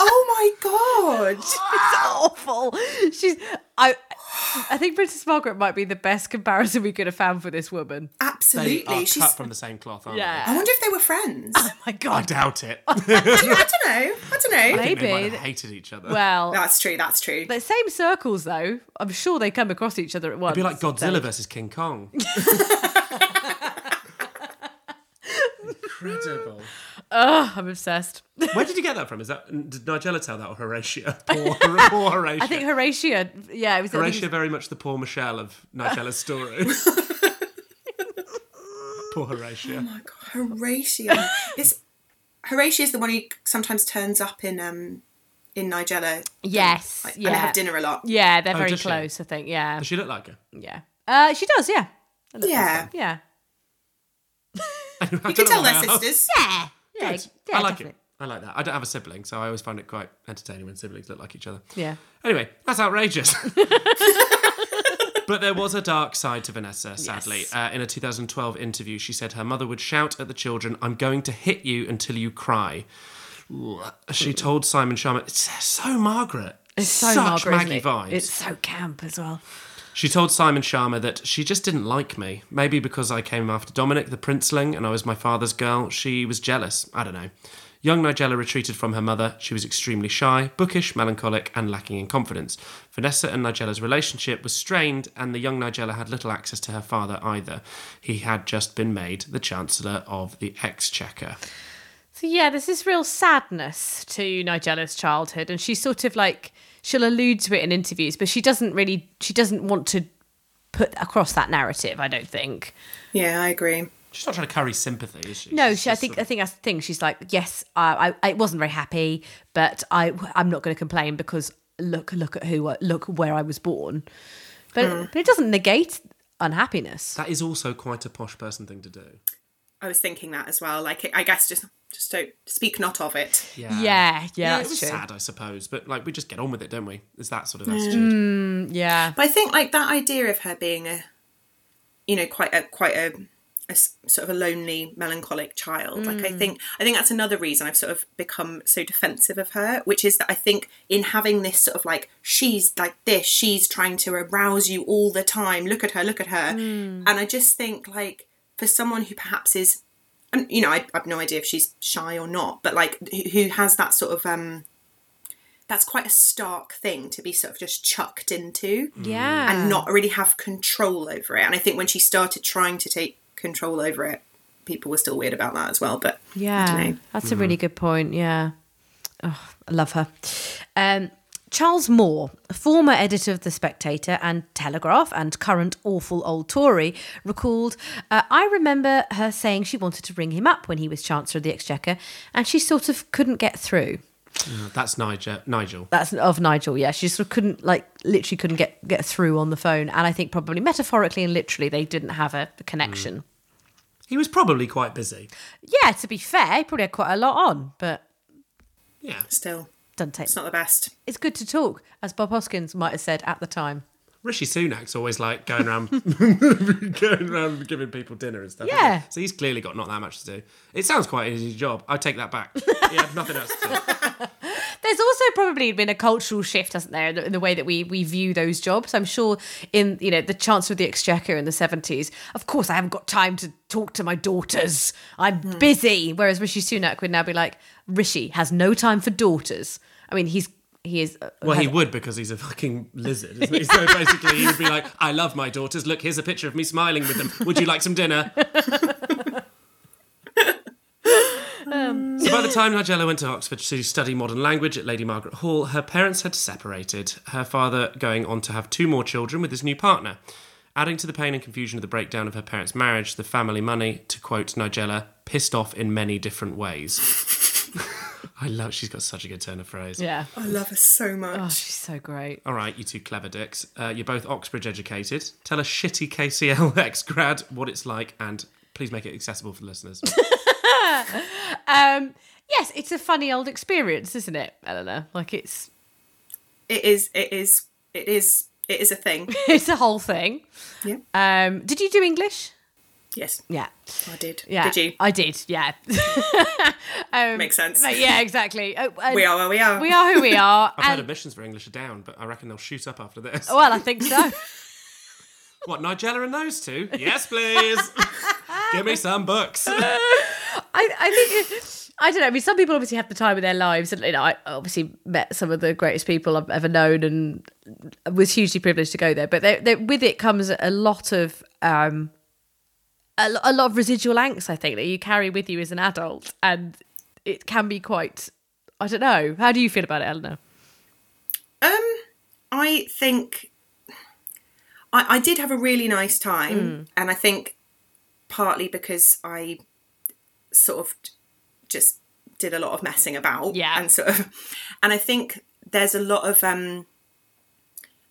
Oh my
*gasps*
god.
it's awful. She's, I, I think Princess Margaret might be the best comparison we could have found for this woman.
they are
Absolutely. She's.
cut from the same cloth aren't
I wonder if they were friends. I
Oh My
they I
God.
doubt it
don't know. I don't know.
I think they might
Oh, Maybe.
have hated each other
Well,
That's true. That's true.
the same circles though. I'm sure they come across each other at once.
It'd be like
So-
Godzilla versus King
*laughs*
Kong. Incredible.
*laughs* I'm obsessed.
Where did you get that from? Is that did Nigella tell that or
*laughs*
Horatia? Poor, poor Horatia.
I think Horatia. Yeah, it was I think it
Horatia very much the poor Michelle of Nigella's
*laughs*
story. poor
Oh
Horatia.
*laughs*
Horatia. It's Horatia is the one who sometimes turns up in um in Nigella.
was- Yes.
Like,
yeah.
And they have dinner a lot.
Yeah, they're very
Oh, does she?
close. I think. Yeah.
Does she look like her? *laughs*
Yeah. Uh, she does. Yeah.
Yeah.
Yeah.
You
You can tell they're sisters.
Yeah.
I like
definitely.
it. I like that. I don't have a sibling, so I always find it quite entertaining when siblings look like each other.
Yeah.
Anyway,
*laughs*
that's outrageous. but there was a dark side to Vanessa, sadly. Uh, in a 2012 interview, she said her mother would shout at the children, I'm going to hit you until you cry. She told Simon Sharma, it's so Margaret. It's
Mm. So
Such
Margaret, isn't
Maggie
it?
vibes.
It's so camp as well.
She told Simon Sharma that she just didn't like me. Maybe because I came after Dominic, the princeling, and I was my father's girl, she was jealous. I don't know. Young Nigella retreated from her mother. She was extremely shy, bookish, melancholic, and lacking in confidence. Vanessa and Nigella's relationship was strained, and the young Nigella had little access to her father either. He had just been made the Chancellor of the Exchequer.
So yeah, there's this real sadness to Nigella's childhood, and she's sort of like she'll allude to it in interviews, but she doesn't really she doesn't want to put across that narrative. I don't think.
Yeah, I agree.
She's not trying to curry sympathy, is she?
No,
She's
she, I
just
think
sort
I
of-
think that's the thing. She's like, yes, I, I, I wasn't very happy, but I I'm not going to complain because look look at who I- look where I was born. But,
Mm.
but it doesn't negate unhappiness.
that is also quite a posh person thing to do.
I was thinking that as well. Like, I guess just just don't speak not of it.
Yeah, yeah,
it was
that's true. Hmm.
sad, I suppose, but like we just get on with it, don't we? It's that sort of attitude.
Yeah,
But I think like that idea of her being a, you know, quite a quite a, a s- sort of a lonely, melancholic child. Like
Hmm.
I think I think that's another reason I've sort of become so defensive of her, which is that I think in having this sort of like she's like this,
Hmm.
she's trying to arouse you all the time. Look at her, look at her, and I just think like for someone who perhaps is, and you know, I, I've no idea if she's shy or not, but like who, who has that sort of um, that's quite a stark thing to be sort of just chucked into,
Yeah.
and not really have control over it. And I think when she started trying to take control over it, people were still weird about that as well. But I
Yeah,
don't know.
that's a really good point. Yeah, oh, I love her. Um, Charles Moore, former editor of The Spectator and Telegraph and current awful old Tory, recalled, uh, I remember her saying she wanted to ring him up when he was Chancellor of the Exchequer and she sort of couldn't get through.
That's Nigel. Nigel.
That's of Nigel, yeah. She sort of couldn't, like, literally couldn't get, get through on the phone. And I think probably metaphorically and literally they didn't have a connection.
He was probably quite busy.
Yeah, to be fair, he probably had quite a lot on, but
Yeah.
still,
doesn't take
it's not the best.
It's good to talk, as Bob Hoskins might have said at the time.
Rishi Sunak's always like going around, *laughs* going around giving people dinner and stuff. isn't
Yeah.
he? So he's clearly got not that much to do. It sounds quite an easy job. I take
*laughs*
that back. he had nothing else to do.
There's also probably been a cultural shift, hasn't there, in the, in the way that we we view those jobs. I'm sure in you know the Chancellor of the Exchequer in the 70s. Of course, I haven't got time to talk to my daughters. I'm busy. Whereas Rishi Sunak would now be like, Rishi has no time for daughters. I mean, he's he is. uh,
Well, he
has-
would because he's a fucking lizard, isn't he? So basically, he would be like, I love my daughters. Look, here's a picture of me smiling with them. Would you like some dinner? So by the time Nigella went to Oxford to study modern language at Lady Margaret Hall, her parents had separated, her father going on to have two more children with his new partner. Adding to the pain and confusion of the breakdown of her parents' marriage, the family money, to quote Nigella, pissed off in many different ways. *laughs* I love she's got such a good turn of phrase.
Yeah.
I love her so much.
Oh, she's so great.
All right, you two clever dicks. Uh, you're both Oxbridge educated. Tell a shitty KCL ex grad what it's like and please make it accessible for the listeners.
Um, yes, it's a funny old experience, isn't it, Eleanor? Like it's *laughs*
It is. It is. It is. It is
*laughs*
a thing.
it's a whole thing.
Yeah.
Um, did you do English?
Yes,
Yeah.
I did.
Yeah.
Did you?
I did. Yeah. *laughs*
Makes sense.
But yeah, exactly. Oh, and
We are where we are.
We are who we are.
I've heard
and-
admissions for English are down, but I reckon they'll shoot up after this.
well, I think so.
What, Nigella and those two? Yes,
*laughs*
please. Give me some books.
I, I think it- I don't know. I mean, some people obviously have the time of their lives, and you know, I obviously met some of the greatest people I've ever known, and was hugely privileged to go there. But there, there, with it comes a lot of um, a, lo- a lot of residual angst. I think that you carry with you as an adult, and it can be quite. I don't know. How do you feel about it, Eleanor?
Um, I think I, I did have a really nice time,
Hmm.
and I think partly because I sort of just did a lot of messing about,
Yeah.
and sort of, and I think there's a lot of um.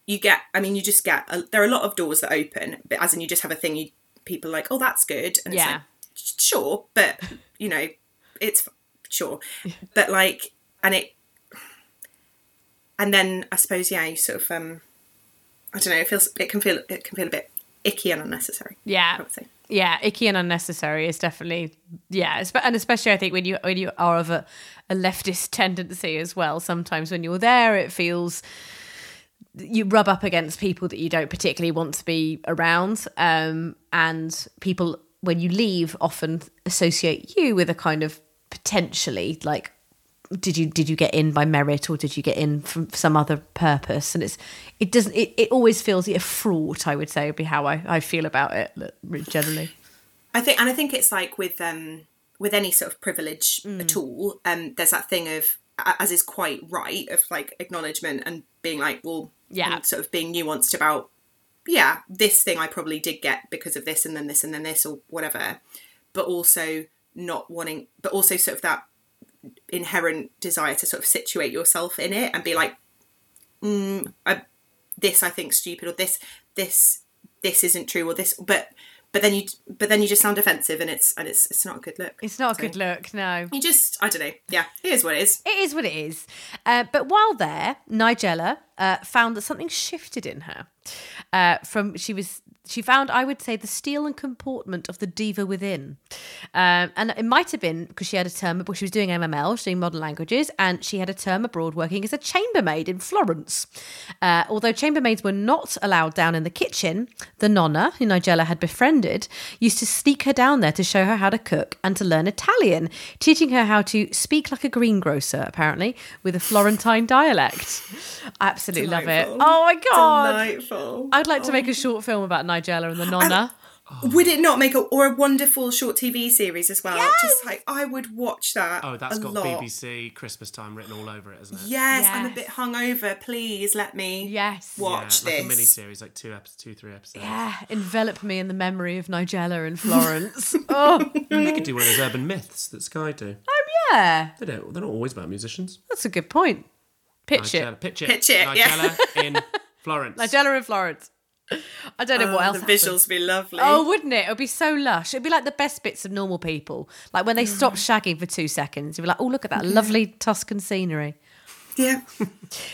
You get, I mean, you just get. A, there are a lot of doors that open, but as in you just have a thing. You people are like, oh, that's good, and
Yeah.
it's like, sure, but you know, it's f-
*laughs*
sure, but like, and it and then I suppose yeah, you sort of um, I don't know. It feels it can feel it can feel a bit icky and unnecessary.
Yeah,
I would say.
yeah, icky and unnecessary is definitely yeah, espe- and especially I think when you when you are of a, a leftist *laughs* tendency as well. Sometimes when you're there, it feels you rub up against people that you don't particularly want to be around, um, and people when you leave often associate you with a kind of potentially like did you did you get in by merit or did you get in from some other purpose and it's it doesn't it, it always feels a fraught i would say would be how i, I feel about it like, generally
I think, and I think it's like with um with any sort of privilege
Mm.
at all. Um, there's that thing of a- as is quite right of like acknowledgement and being like, well,
Yeah.
and sort of being nuanced about, yeah, this thing I probably did get because of this and then this and then this or whatever, but also not wanting, but also sort of that inherent desire to sort of situate yourself in it and be like, mm, I, this I think stupid or this this this isn't true or this, but but then you but then you just sound offensive and it's and it's it's not a good look.
it's not a good look no
You just I don't know. Yeah, it is what it is.
it is what it is uh, but while there nigella uh, found that something shifted in her uh, from she was She found, I would say, the steel and comportment of the diva within. Um, and it might have been because she had a term, but she was doing MML, she was doing modern languages, and she had a term abroad working as a chambermaid in Florence. Uh, although chambermaids were not allowed down in the kitchen, the nonna, who Nigella had befriended, used to sneak her down there to show her how to cook and to learn Italian, teaching her how to speak like a greengrocer, apparently, with a Florentine dialect. I absolutely love it.
Delightful.
Oh my God.
Delightful.
I'd like to make a short film about Nigella and the Nonna.
Oh.
Would it not make a or a wonderful short TV series as well? Just like I would watch that.
Oh, that's
a
got
lot.
BBC Christmas time written all over it, isn't it?
Yes, I'm a
Yes.
bit hungover. Please let me
yes.
watch
like a mini
this.
series, like two, episodes, two, three episodes.
Yeah, envelop me in the memory of Nigella
*laughs*
and Florence. Oh,
They could do one of those urban myths that Sky do.
yeah,
They don't. They're not always about musicians.
that's a good point. Pitch it.
Nigella, pitch it.
Pitch it, yeah.
Nigella
*laughs*
in Florence.
Nigella and Florence. I don't know what
Oh,
else.
the
happened.
visuals would be lovely.
Oh, wouldn't it? It would be so lush. It'd be like the best bits of normal people. Like when they stop shagging for two seconds, you'd be like, oh, look at that lovely Tuscan scenery.
yeah.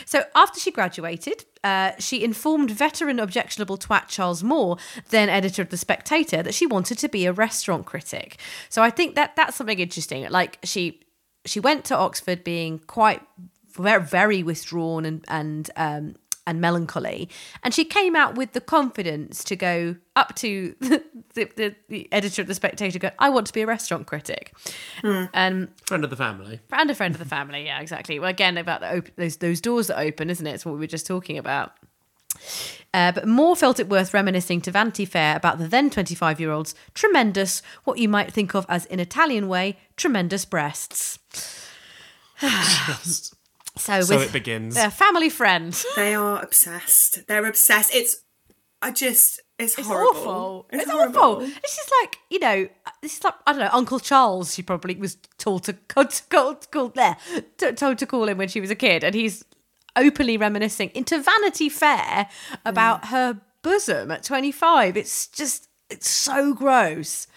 So after she graduated, uh, she informed veteran objectionable twat Charles Moore, then editor of The Spectator, that she wanted to be a restaurant critic. So I think that that's something interesting. Like she she went to Oxford being quite very, very withdrawn and and um, and melancholy, and she came out with the confidence to go up to *laughs* the, the, the editor of The Spectator, go, "I want to be a restaurant critic," and
Friend of the family.
and a friend of the family. Yeah, exactly. Well, again, about the op- those those doors that open, isn't it? It's what we were just talking about. Uh, but Moore felt it worth reminiscing to Vanity Fair about the then 25 year old's tremendous, what you might think of as in Italian way, tremendous
*laughs*
breasts. *sighs* so,
So
with
it begins.
a family friend.
They are obsessed. They're obsessed. It's I just it's,
It's
horrible.
awful.
It's,
It's,
horrible.
awful. This is like you know, this is like I don't know. Uncle Charles, she probably was told to *laughs* called called, called there, t- told to call him when she was a kid, and he's openly reminiscing into Vanity Fair about
Mm.
her bosom at twenty five. It's just it's so gross.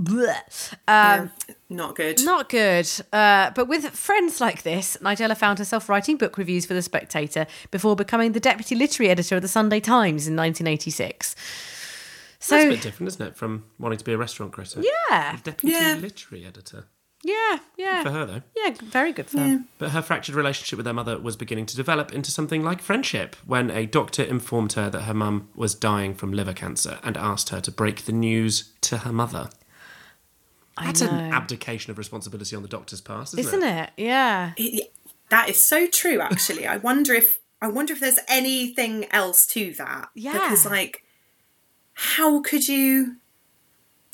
Blech. Um,
Not good.
not good. Uh, but with friends like this, Nigella found herself writing book reviews for The Spectator before becoming the deputy literary editor of The Sunday Times in 1986. So,
That's a bit different, isn't it, from wanting to be a restaurant critic?
yeah,
Deputy
Yeah.
literary editor.
yeah, yeah.
For her, though.
Yeah, very good for her.
But her fractured relationship with her mother was beginning to develop into something like friendship when a doctor informed her that her mum was dying from liver cancer and asked her to break the news to her mother. That's an abdication of responsibility on the doctor's part, isn't,
Isn't it? Yeah.
It- that is so true actually. I wonder if I wonder if there's anything else to that.
Yeah.
Because like how could you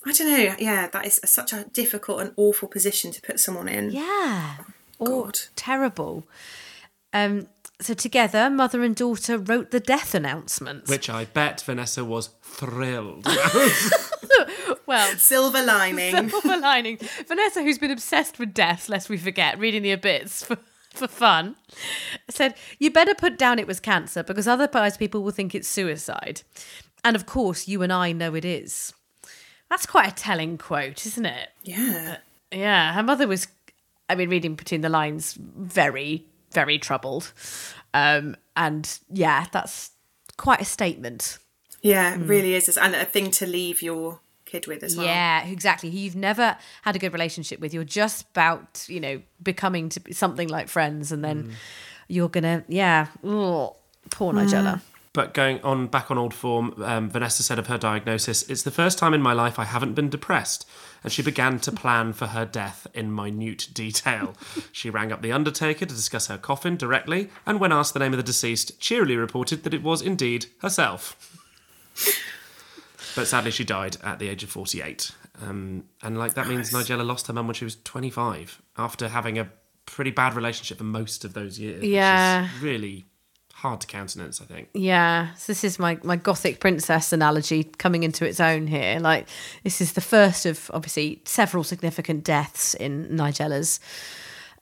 I don't know. Yeah, that is such a difficult and awful position to put someone in.
Yeah. Or
God.
terrible. Um, so together, mother and daughter wrote the death announcement.
Which I bet Vanessa was thrilled.
well, *laughs*
Silver lining.
*laughs* silver lining. Vanessa, who's been obsessed with deaths, lest we forget, reading the obits for, for fun, said, You better put down it was cancer because otherwise people will think it's suicide. And of course, you and I know it is. That's quite a telling quote, isn't it?
yeah.
Yeah, her mother was, I mean, reading between the lines, very, very troubled. Um, and yeah, that's quite a statement.
Yeah, it really is. It's- And a thing to leave your kid with as well.
Hmm. Yeah, exactly. Who you've never had a good relationship with. You're just about, you know, becoming to be something like friends, and then you're gonna, yeah, ugh, poor Nigella.
But going on back on old form, um, Vanessa said of her diagnosis, "It's the first time in my life I haven't been depressed." And she began to plan for her death in minute detail. she rang up the undertaker to discuss her coffin directly, and when asked the name of the deceased, cheerily reported that it was indeed herself. but sadly, she died at the age of forty-eight, um, and like that means Nigella lost her mum when she was twenty-five, after having a pretty bad relationship for most of those years. which is
Yeah.
really hard to countenance, I think.
Yeah, so this is my my gothic princess analogy coming into its own here. Like this is the first of obviously several significant deaths in Nigella's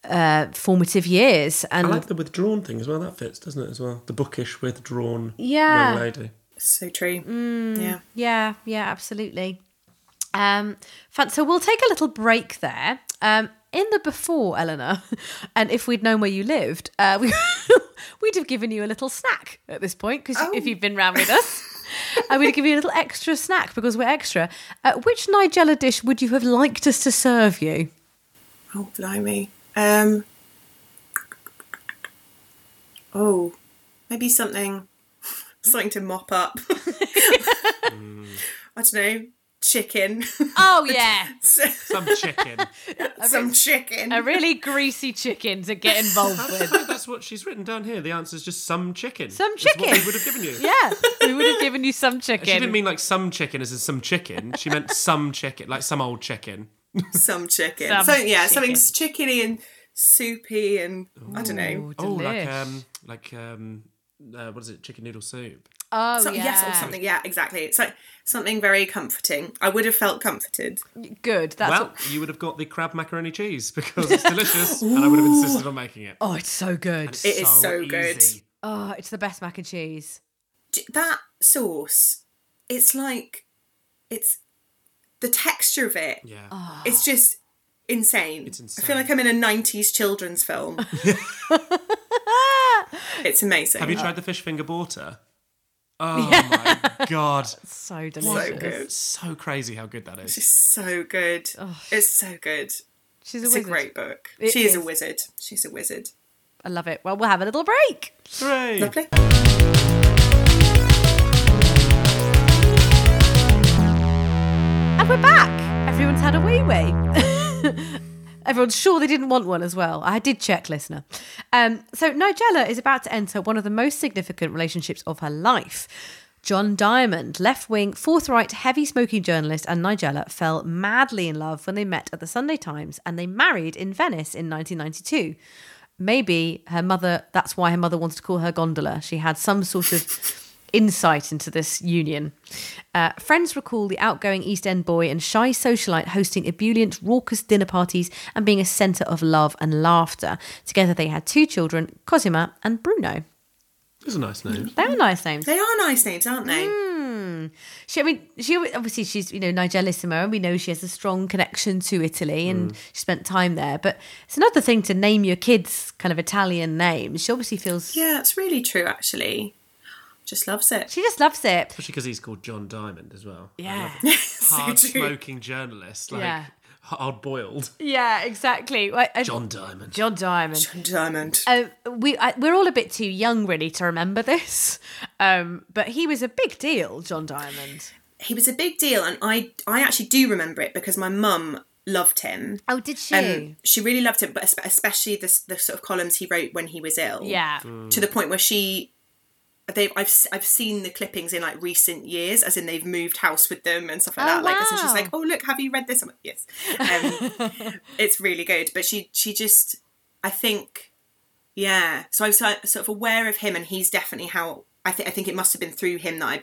uh, formative years, and
I like the withdrawn thing as well. That fits, doesn't it? As well, the bookish withdrawn
Yeah.
young lady.
So true.
Hmm.
Yeah.
Yeah, yeah, absolutely. Um, fan- so we'll take a little break there. Um, in the before, Eleanor, *laughs* and if we'd known where you *laughs*
Oh. *laughs*
lived, uh, we, we'd have given you a little snack at this point because if you've been round with us.
I'm going to give you a little extra snack because we're extra. Uh, which Nigella dish would you have liked us to serve you?
Oh, blimey. Um, oh, maybe something, *laughs* something to mop up. *laughs* I don't know, chicken,
Oh yeah,
Some chicken.
some chicken.
a really greasy chicken to get involved
I
with.
*laughs*
think that's what she's written down here. The answer is just some chicken.
Some
It's what
chicken.
they would have given you.
Yeah, we would have given you some
She didn't
chicken.
mean like some chicken as in some chicken. She meant some chicken, like some old chicken.
some chicken.
Some
so yeah,
chicken.
something chickeny and soupy and I don't know.
Oh, like
delish.
um, like um, uh, what is it? Chicken noodle soup.
Oh
So-
yeah,
Yes, or something. Yeah, exactly. It's like something very comforting. I would have felt comforted.
good. That's
well, you would have got the crab macaroni cheese because it's delicious, and I would have insisted on making it.
oh, it's so good.
It is so good.
easy.
Oh, it's the best mac and cheese.
D- That sauce, it's like, it's the texture of it.
Yeah.
Oh,
It's just insane.
It's
I feel like I'm in a 90s children's
*laughs*
film. it's amazing.
Have you tried the fish finger borta? Oh my god!
So delicious.
so good.
It's so crazy how good that is.
It's so good. It's so good.
She's a
It's a
wizard.
great book.
It
she is. a
is.
wizard. She's a wizard.
I love it. Well, we'll have a little break.
Hooray!
Lovely.
And we're back. Everyone's had a wee wee. *laughs* Everyone's sure they didn't want one as well. I did check, listener. Um, so Nigella is about to enter one of the most significant relationships of her life. John Diamond, left wing, forthright, heavy smoking journalist, and Nigella fell madly in love when they met at the Sunday Times and they married in Venice in 1992. Maybe her mother, that's why her mother wanted to call her gondola. She had some sort of insight into this union. Uh, friends recall the outgoing East End boy and shy socialite hosting ebullient, raucous dinner parties and being a centre of love and laughter. Together they had two children, Cosima and Bruno.
It's a nice name.
They are nice names.
They are nice names, aren't they?
Mm. She, I mean, she obviously she's you know Nigellissimo, and we know she has a strong connection to Italy, and she spent time there. But it's another thing to name your kids kind of Italian names. She obviously feels
Yeah, it's really true, actually. Just loves it.
she just loves it.
Especially because he's called John Diamond as well. I
Yeah. *laughs*
love it. Hard
true.
smoking journalist. Like
Yeah.
hard boiled.
*laughs* Yeah, exactly. Well, and-
John Diamond.
John Diamond.
Diamond.
Uh, we I, we're all a bit too young really to remember this, um, but he was a big deal, John Diamond.
he was a big deal, and I I actually do remember it because my mum loved him.
Oh, did she?
Um, she really loved him, but espe- especially the, s- the sort of columns he wrote when he was ill.
yeah,
To the point where she, they've I've s- I've seen the clippings in like recent years, as in they've moved house with them and stuff like
Oh,
that. Like, so she's
wow.
like, oh look, have you read this? I'm like, yes. Um,
*laughs*
it's really good, but she she just I think yeah. So I'm so- sort of aware of him, and he's definitely how I think I think it must have been through him that I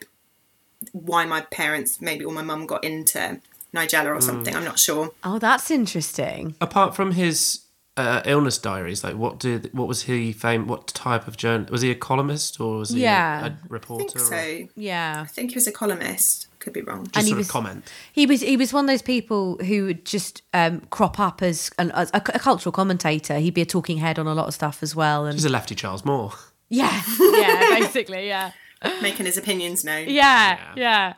why my parents maybe or my mum got into Nigella or something. I'm not sure.
Oh, that's interesting.
Apart from his uh, illness diaries, like what did what was he fame? What type of journal? Was he a columnist or was he
Yeah.
a,
I
a reporter?
I think so.
or
I
Yeah,
think he was a columnist. Could be wrong.
just
he
sort
was-
of comment.
he was he was one of those people who would just um, crop up as, an, as a, a cultural commentator. He'd be a talking head on a lot of stuff as well, and
He's a lefty Charles Moore. *laughs*
*laughs* yeah, yeah, basically, yeah.
Making his opinions known.
yeah, yeah.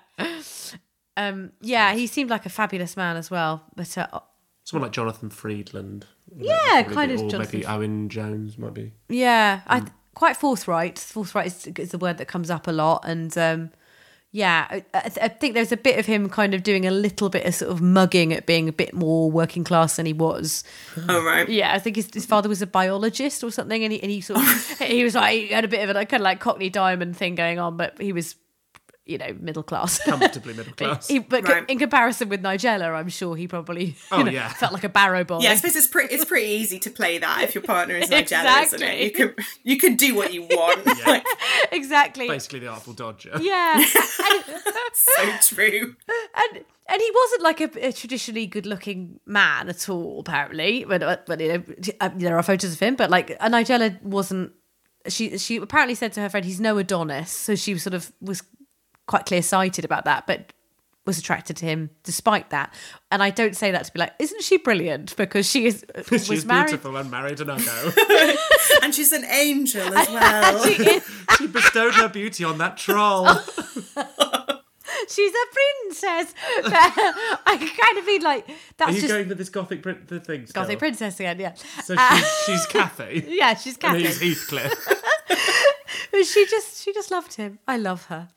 Um, yeah, he seemed like a fabulous man as well, but uh,
Someone like Jonathan Friedland.
Yeah,
Probably
kind
be-
of
Or maybe
Jonathan-
Owen Jones might be.
Yeah, I
Mm.
th- quite forthright. Forthright is, is the word that comes up a lot, and um, yeah, I, I, th- I think there's a bit of him kind of doing a little bit of sort of mugging at being a bit more working class than he was.
All right.
Yeah, I think his, his father was a biologist or something, and he, and he sort of he was like he had a bit of a like, kind of like Cockney Diamond thing going on, but he was you know middle class.
Comfortably middle class.
*laughs* He- but co-
Right.
in comparison with Nigella, I'm sure he probably you
Oh,
know,
yeah.
felt like a barrow boy.
Yeah, I suppose it's pretty it's pretty easy to play that if your partner
*laughs*
is not jealous, isn't it? You
Exactly.
can you can do what you want. Like
*laughs* exactly.
Basically the Artful Dodger.
Yeah.
so true.
and and he wasn't like a, a traditionally good-looking man at all. Apparently, but, uh, but you know, t- uh, there are photos of him. But like, uh, Nigella wasn't. She she apparently said to her friend, "He's no Adonis," so she was sort of was quite clear-sighted about that, but was attracted to him despite that. And I don't say that to be like, "Isn't she brilliant?" Because she
*laughs*
is was
She's
married.
beautiful and married and I know. *laughs*
And
*laughs*
she's an angel as well.
Oh,
she bestowed her beauty on that troll.
She's a princess. *laughs* But I could kind of be like,
Are
that's
you
just
going with this gothic print the thing? Still?
Gothic princess again. Yeah,
So she's,
*laughs*
she's Kathy.
yeah, she's
And
Catholic.
he's Heathcliff.
But she just, she just loved him. I love her.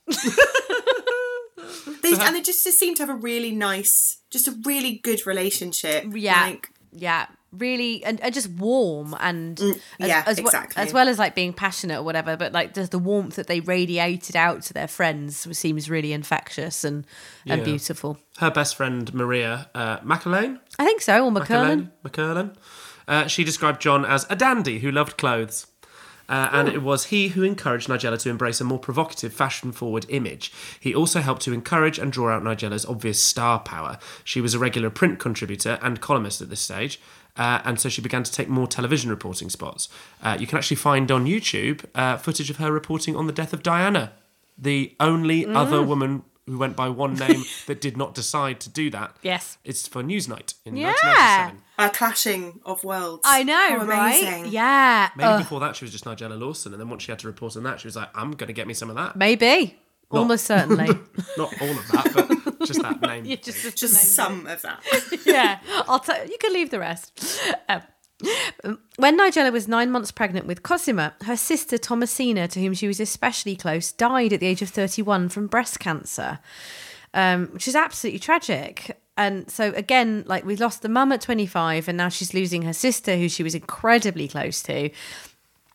They, and they just, just seem to have a really nice, just a really good relationship.
Yeah.
Like,
yeah. Really, and, and just warm, and as,
Mm, yeah,
as, we-
exactly.
as well as like being passionate or whatever. But like, just the warmth that they radiated out to their friends seems really infectious and and
Yeah.
beautiful.
Her best friend Maria uh, McAlane.
I think so. Or McCurlin.
McCurlin. McCurlin. Uh, she described John as a dandy who loved clothes. Uh, and it was he who encouraged Nigella to embrace a more provocative, fashion forward image. He also helped to encourage and draw out Nigella's obvious star power. She was a regular print contributor and columnist at this stage, uh, and so she began to take more television reporting spots. Uh, you can actually find on YouTube uh, footage of her reporting on the death of Diana, the only other woman who went by one name that did not decide to do that.
Yes.
It's for Newsnight in
Yeah.
1997.
a clashing of worlds.
I know,
How
right?
Oh, amazing.
Yeah.
Maybe before that she was just Nigella Lawson, and then once she had to report on that, she was like, "I'm going to get me some of that."
Maybe. Almost certainly.
Not all of that,
*laughs*
but just that name.
You just-
Just some
*laughs*
of that.
yeah. I'll tell you can leave the rest. Um, when Nigella was nine months pregnant with Cosima, her sister Thomasina, to whom she was especially close, died at the age of 31 from breast cancer, um, which is absolutely tragic. And so, again, like we lost the mum at 25, and now she's losing her sister, who she was incredibly close to.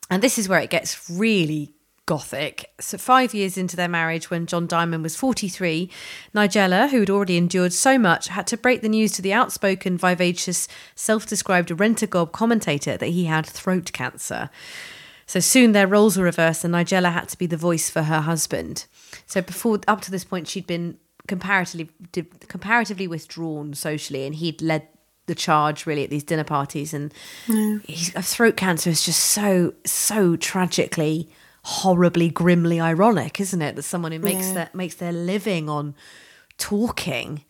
And this is where it gets really gothic. So, five years into their marriage, when John Diamond was 43, Nigella, who had already endured so much, had to break the news to the outspoken, vivacious, self described rent a gob commentator that he had throat cancer. So soon their roles were reversed, and Nigella had to be the voice for her husband. So before, up to this point, she'd been comparatively di- comparatively withdrawn socially, and he'd led the charge really at these dinner parties. And he's, uh, throat cancer is just so so tragically, horribly, grimly ironic, isn't it? That someone who makes
Yeah.
their makes their living on talking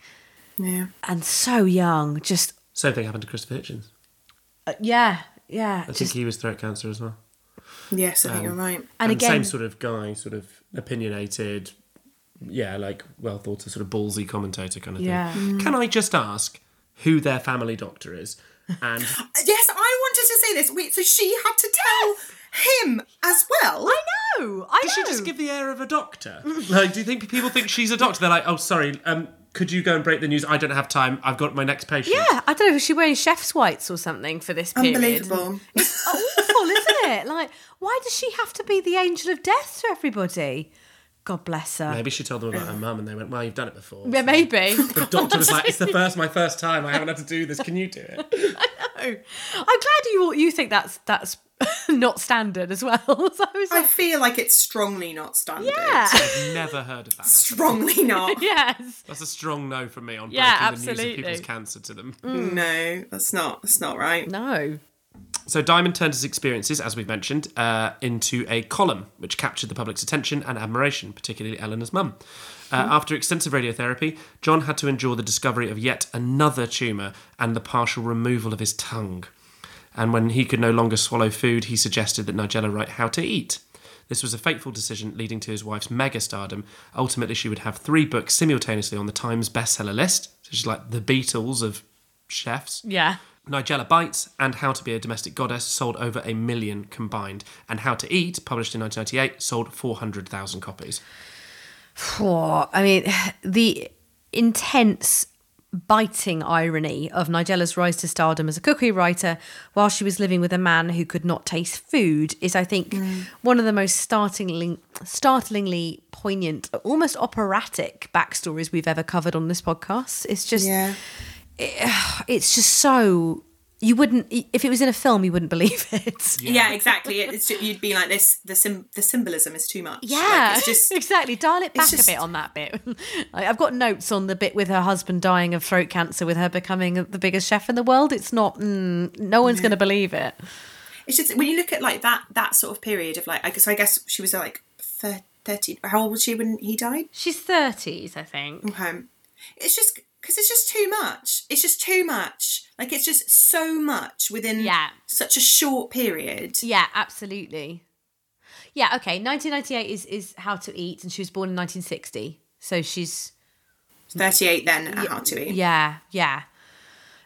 Yeah.
and so young, just
Same thing happened to Christopher Hitchens.
uh, yeah, yeah,
I
just
think he was throat cancer as well.
Yes, I think you're right.
and again,
same sort of guy, sort of opinionated, yeah, like well thought of, sort of ballsy commentator kind of
Yeah.
thing. Can I just ask who their family doctor is? And
Yes, I wanted to say this. Wait, so she had to tell him as well.
I know, I
Does
know.
she just give the air of a doctor? Like, do you think people think she's a doctor? They're like, oh, sorry, um, could you go and break the news? I don't have time. I've got my next patient.
Yeah, I don't know if she wearing chef's whites or something for this period.
Unbelievable.
Awful, isn't it? Like, why does she have to be the angel of death to everybody? God bless her.
Maybe she told them about her mum and they went, well, you've done it before.
Yeah,
So
maybe.
The *laughs* doctor was like,
*laughs*
it's the first, my first time. I haven't had to do this. Can you do it?
*laughs* I'm glad you all- you think that's that's *laughs* not standard as well. *laughs* So I was
I
like,
feel like it's strongly not standard.
yeah,
Never heard of that.
Strongly *laughs*
*laughs*
not.
yes,
That's a strong no from me on breaking
Yeah,
the news of
absolutely.
people's cancer to them.
No, that's not. That's not right.
no,
So Diamond turned his experiences, as we've mentioned, uh, into a column which captured the public's attention and admiration, particularly Eleanor's mum. Uh, After extensive radiotherapy, John had to endure the discovery of yet another tumour and the partial removal of his tongue. And when he could no longer swallow food, he suggested that Nigella write How to Eat. This was a fateful decision leading to his wife's mega stardom. Ultimately, she would have three books simultaneously on the Times bestseller list. So she's like the Beatles of chefs.
yeah,
Nigella Bites and How to Be a Domestic Goddess sold over a million combined, and How to Eat, published in 1998, sold 400,000 copies.
Poor. I mean, *sighs* the intense, biting irony of Nigella's rise to stardom as a cookery writer while she was living with a man who could not taste food is, I think, one of the most startlingly, startlingly poignant, almost operatic backstories we've ever covered on this podcast. It's just,
Yeah.
it's just so. You wouldn't, if it was in a film, you wouldn't believe *laughs* it.
Yeah, exactly. It, it's just, you'd be like this. The sim, the symbolism is too much.
Yeah, *laughs*
Like, it's just
exactly. Dial it back
just-
a bit on that bit. *laughs* I- I've got notes on the bit with her husband dying of throat cancer, with her becoming the biggest chef in the world. It's not. Mm, no one's going to believe it.
it's just when you look at like that that sort of period of like I guess I guess she was like thir- thirteen. How old was she when he died?
She's thirties, I think.
Um, it's just because it's just too much. It's just too much. Like it's just so much within
Yeah.
such a short period.
Yeah, absolutely. Yeah. Okay. 1998 is is How to Eat, and she was born in 1960. So she's
38 then at How to Eat.
yeah, yeah.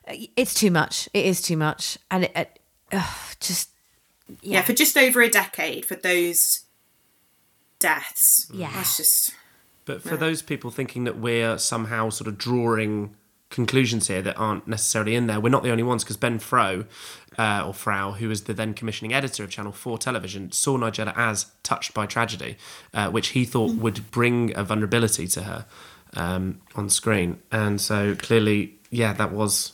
Uh, It's too much. It is too much, and it, it ugh, just
yeah, for just over a decade for those deaths. Yeah. That's just.
But for those people thinking that we're somehow sort of drawing conclusions here that aren't necessarily in there, we're not the only ones because Ben Fro, uh, or Frau, who was the then commissioning editor of Channel 4 television, saw Nigella as touched by tragedy, uh, which he thought
Hmm.
would bring a vulnerability to her um, on screen. And so clearly, yeah, that was.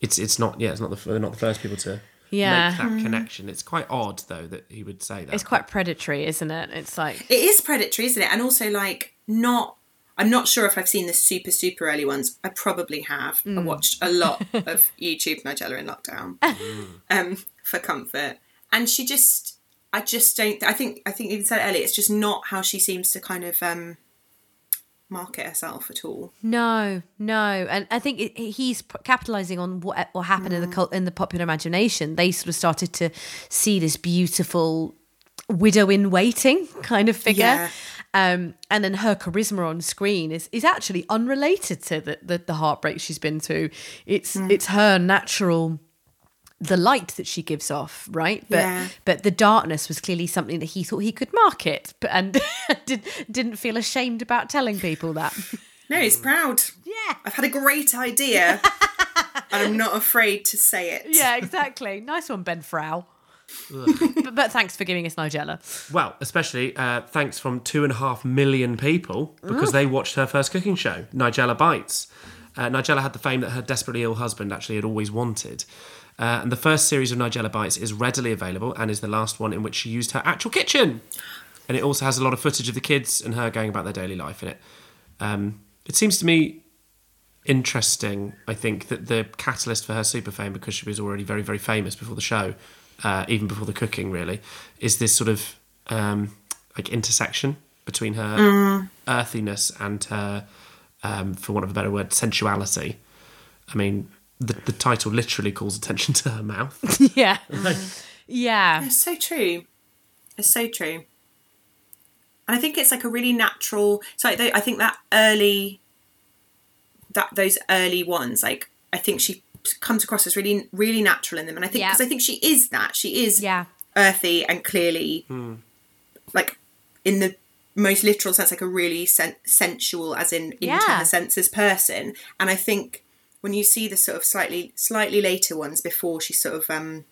It's, it's not yeah it's not the they're not the first people to
Yeah. Hmm.
make that connection. It's quite odd though that he would say that.
It's quite predatory, isn't it? It's like
It is predatory, isn't it? And also, like, not. I'm not sure if I've seen the super, super early ones. I probably have. I watched a lot of YouTube Nigella in lockdown um, for comfort. And she just. I just don't. I think. I think you said it earlier. It's just not how she seems to kind of um, market herself at all.
No, no, and I think it, he's capitalizing on what eh, what happened
Mm.
in the cult, in the popular imagination. They sort of started to see this beautiful widow in waiting *laughs* kind of figure,
Yeah.
um, and then her charisma on screen is is actually unrelated to the the, the heartbreak she's been through. It's
Mm.
it's her natural the light that she gives off, right? But
Yeah.
but the darkness was clearly something that he thought he could market, but and *laughs* did, didn't feel ashamed about telling people that.
No, he's proud. Yeah. I've had a great idea. and I'm not afraid to say it.
*laughs* Yeah, exactly. nice one, Ben Frau. but, but thanks for giving us Nigella.
Well, especially uh, thanks from two and a half million people because they watched her first cooking show, Nigella Bites. Uh, Nigella had the fame that her desperately ill husband actually had always wanted. Uh, and the first series of Nigella Bites is readily available and is the last one in which she used her actual kitchen. And it also has a lot of footage of the kids and her going about their daily life in it. Um, it seems to me interesting, I think, that the catalyst for her super fame, because she was already very, very famous before the show, uh, even before the cooking, really, is this sort of um, like intersection between her earthiness and her, um, for want of a better word, sensuality. I mean, the, the title literally calls attention *laughs* to her mouth.
Yeah. yeah.
It's so true. It's so true. And I think it's like a really natural. So like they, I think that early, that those early ones, like I think she comes across as really, really natural in them. And I think
Yeah.
because I think she is that. She is
Yeah.
earthy and clearly, like in the most literal sense, like a really sen- sensual, as in into
Yeah.
her senses person. And I think when you see the sort of slightly, slightly later ones before she sort of um,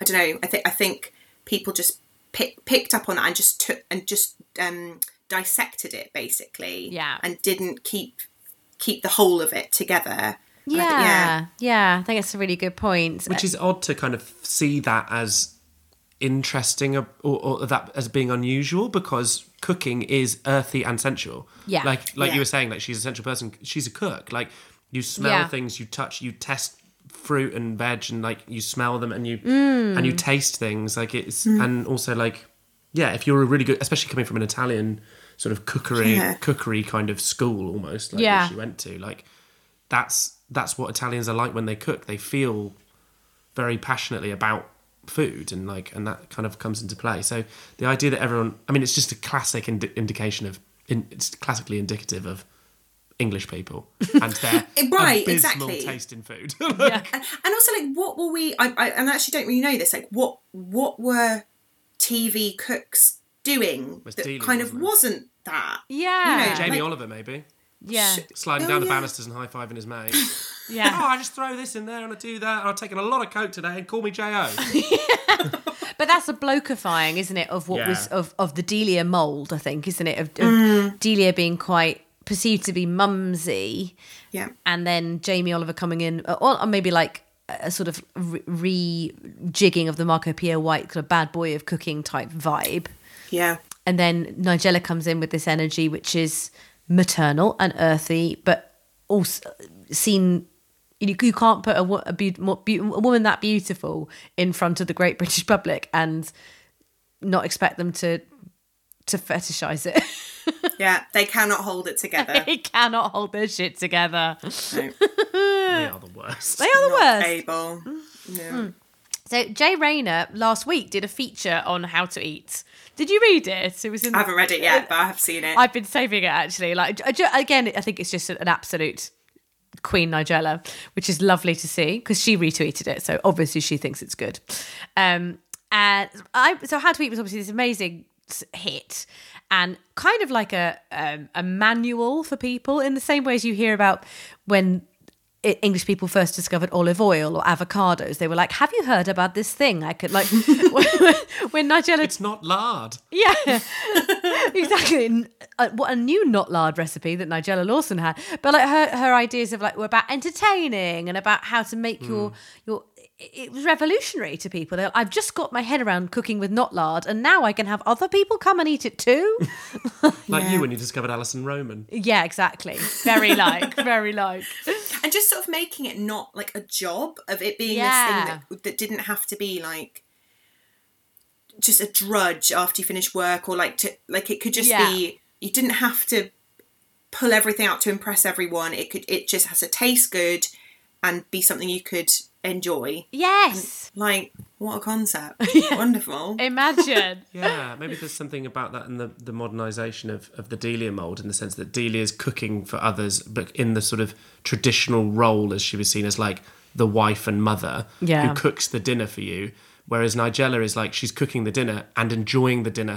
I don't know. I think I think people just pick, picked up on that and just took and just um, dissected it basically.
Yeah.
And didn't keep keep the whole of it together. And I think-
Yeah. Yeah. I think it's a really good point. Uh,
Which is odd to kind of see that as interesting or, or that as being unusual because cooking is earthy and sensual.
Yeah.
Like like
Yeah.
you were saying, like she's a sensual person. She's a cook. Like you smell
Yeah.
things, you touch, you test fruit and veg, and like you smell them and you
Mm.
and you taste things. Like it's and also like yeah, if you're a really good, especially coming from an Italian sort of cookery
Yeah.
cookery kind of school almost. Like
Yeah.
That she went to like that's that's what Italians are like when they cook. They feel very passionately about food and like and that kind of comes into play so the idea that everyone i mean it's just a classic indi- indication of in, it's classically indicative of english
*laughs*
people and their
Eh, Right,
abysmal
exactly.
taste in food *laughs*
And also, like, what were we? I, I and I actually don't really know this. Like, what what were TV cooks doing
Was
that
dealing,
kind of
wasn't it?
wasn't that?
yeah.
you know,
jamie
Like-
oliver maybe
yeah.
sliding
Oh,
down the
yeah.
banisters and high-fiving his
*laughs*
mate
Yeah.
oh *laughs* i just throw this in there and i do that and i've taken a lot of coke today and call me
*laughs*
jo
But that's a blokeifying, isn't it, of what
Yeah.
was of, of the Delia mold, I think, isn't it? Of, of Delia being quite perceived to be mumsy.
Yeah.
and then Jamie Oliver coming in, uh, or, or maybe like a sort of re jigging of the Marco Pierre White kind of bad boy of cooking type vibe.
Yeah.
And then Nigella comes in with this energy which is maternal and earthy, but also seen. You, you can't put a, wo- a, beau- mo- beau- a woman that beautiful in front of the great British public and not expect them to to fetishize it. *laughs*
Yeah. They cannot hold it together.
they cannot hold their shit together.
they are the worst
They are the
Not
worst.
Able. No.
So Jay Rayner last week did a feature on how to eat Did you read it? It was in.
I haven't read it yet, but I have seen it.
I've been saving it actually. Like I ju- again, I think it's just an absolute Queen Nigella, which is lovely to see because she retweeted it, so obviously she thinks it's good. Um, and I so How to Eat was obviously this amazing s- hit and kind of like a um, a manual for people in the same way as you hear about when it, English people first discovered olive oil or avocados. They were like, "Have you heard about this thing?" I could like *laughs* when Nigella
It's not lard.
*laughs* yeah, exactly. N- uh, What a new not lard recipe that Nigella Lawson had, but like her her ideas of like were about entertaining and about how to make your your it- it was revolutionary to people. They're like, I've just got my head around cooking with not lard, and now I can have other people come and eat it *laughs* too.
Like you when you discovered Alison Roman.
yeah, exactly. Very like, very like.
and just sort of making it not like a job of it being this
Yeah.
thing that, that didn't have to be like just a drudge after you finish work or like to like it could just
Yeah.
be you didn't have to pull everything out to impress everyone it could it just has to taste good and be something you could enjoy
Yes,
like what
*laughs*
a concept wonderful
imagine.
Yeah, maybe there's something about that in the, the modernisation of, of the Delia mould in the sense that Delia's cooking for others, but in the sort of traditional role as she was seen as like the wife and mother
Yeah.
who cooks the dinner for you. Whereas Nigella is like she's cooking the dinner and enjoying the dinner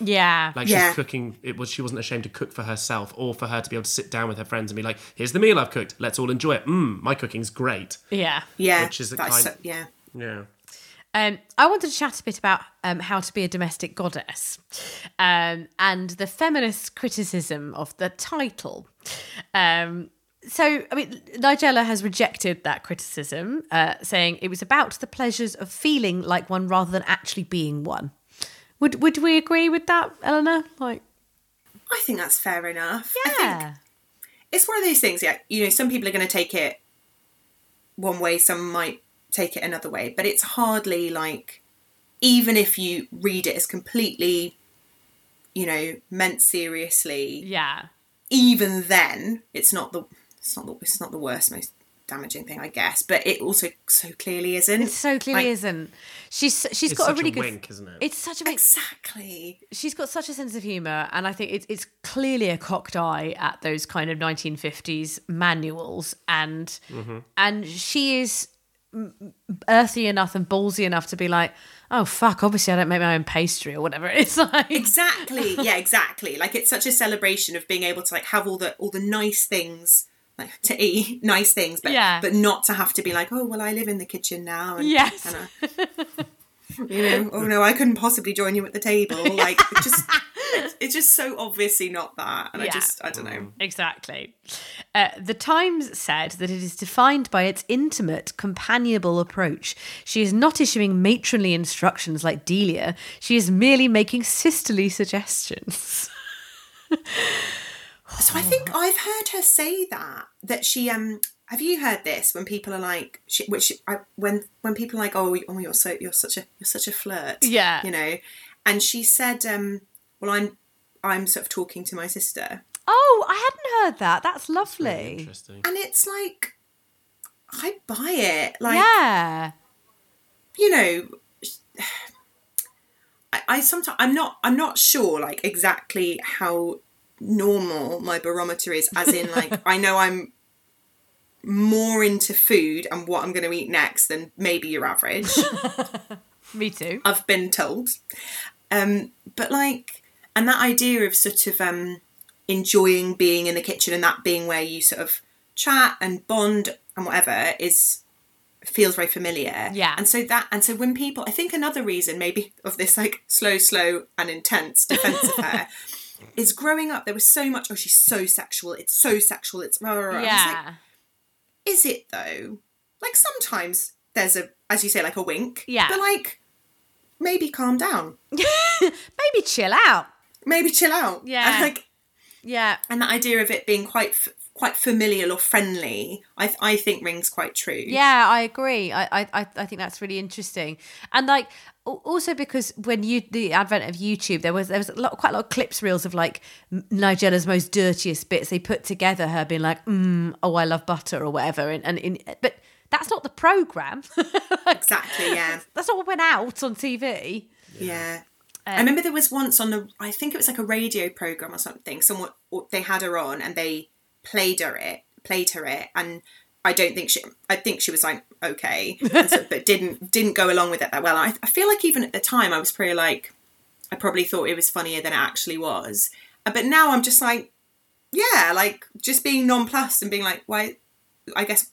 *laughs* Yeah.
Like
Yeah.
she's cooking it was she wasn't ashamed to cook for herself or for her to be able to sit down with her friends and be like, here's the meal I've cooked. Let's all enjoy it. Mmm, my cooking's great.
yeah.
yeah
Which is the
that's
kind-
so- yeah
Yeah.
Um, I wanted to chat a bit about um, how to be a domestic goddess um, and the feminist criticism of the title. Um, so, I mean, Nigella has rejected that criticism, uh, saying it was about the pleasures of feeling like one rather than actually being one. Would would we agree with that, Eleanor? Like,
i think that's fair enough I think
yeah,
it's one of those things yeah you know some people are going to take it one way some might take it another way but it's hardly like even if you read it as completely you know meant seriously
yeah,
even then it's not the it's not the it's not the worst most damaging thing i guess but it also so clearly isn't
It so clearly
Like,
isn't. She's she's
It's
got
such
a really
a
good.
wink, isn't it?
It's such a wink.
exactly
she's got such a sense of humor and i think it's, it's clearly a cocked eye at those kind of 1950s manuals and and she is m- earthy enough and ballsy enough to be like oh fuck obviously i don't make my own pastry or whatever it's *laughs* like
exactly yeah exactly like it's such a celebration of being able to like have all the all the nice things like to eat *laughs* nice things but
Yeah.
but not to have to be like oh well i live in the kitchen now and,
Yes.
and I- you know oh no i couldn't possibly join you at the table like it
*laughs*
just it's- it's just so obviously not that and i
Yeah.
just i don't know
Exactly. Uh, the Times said that it is defined by its intimate, companionable approach. She is not issuing matronly instructions like Delia, she is merely making sisterly suggestions. *laughs*
so
Oh,
i think i've heard her say that that she um have you heard this when people are like she, which I, when when people are like oh, you- oh you're so you're such a you're such a flirt
Yeah.
you know and she said um well i'm i'm sort of talking to my sister
Oh, I hadn't heard that. That's lovely.
Interesting.
and it's like i buy it like
yeah.
you know *sighs* I, I sometimes i'm not i'm not sure like exactly how normal my barometer is as in like i know i'm more into food and what i'm going to eat next than maybe your average
Me too.
I've been told. Um, but like, and that idea of sort of um, enjoying being in the kitchen and that being where you sort of chat and bond and whatever is feels very familiar.
Yeah.
And so that, and so when people, I think another reason maybe of this like slow, slow and intense defense
*laughs*
of her. Is growing up, there was so much. Oh, she's so sexual. It's so sexual. It's rah, rah, rah." I was like,
Yeah.
is it though? Like sometimes there's a, as you say, like a wink.
Yeah.
But like, maybe calm down.
Maybe chill out.
Maybe chill out.
Yeah.
And like,
Yeah.
and that idea of it being quite, f- quite familial or friendly, I, th- I think rings quite true.
Yeah, I agree. I, I, I- I think that's really interesting, and like al- also because when you the advent of YouTube, there was there was a lot, quite a lot of clips reels of like M- Nigella's most dirtiest bits. They put together her being like, mm, "Oh, I love butter" or whatever, and and in, but that's not the program. *laughs*
Exactly. Yeah.
that's not what went out on TV.
yeah.
Um,
I remember there was once on the I think it was like a radio program or something. Someone they had her on and they played her it, played her it, and I don't think she. I think she was like
*laughs*
okay, and so- but didn't didn't go along with it that well. I, I feel like even at the time I was pretty like I probably thought it was funnier than it actually was, Uh, but now I'm just like yeah, like just being nonplussed and being like why. I guess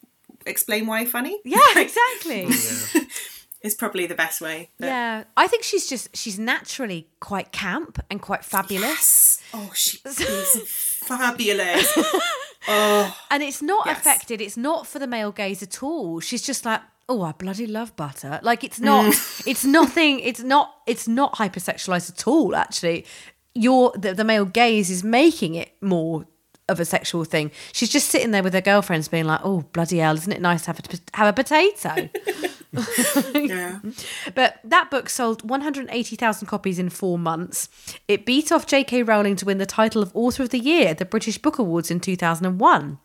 explain why funny
Yeah, *laughs* exactly.
is probably the best way. But-
yeah. I think she's just, she's naturally quite camp and quite fabulous.
Oh, she is fabulous.
*laughs* And it's not
Yes.
affected. It's not for the male gaze at all. She's just like, oh, I bloody love butter. Like it's not. *laughs* It's nothing. It's not. It's not hypersexualized at all. Actually, your the, the male gaze is making it more of a sexual thing. She's just sitting there with her girlfriends, being like, oh, bloody hell, isn't it nice to have a have a potato?
Yeah.
But that book sold 180,000 copies in four months. It beat off J.K. Rowling to win the title of Author of the Year at the British Book Awards in 2001.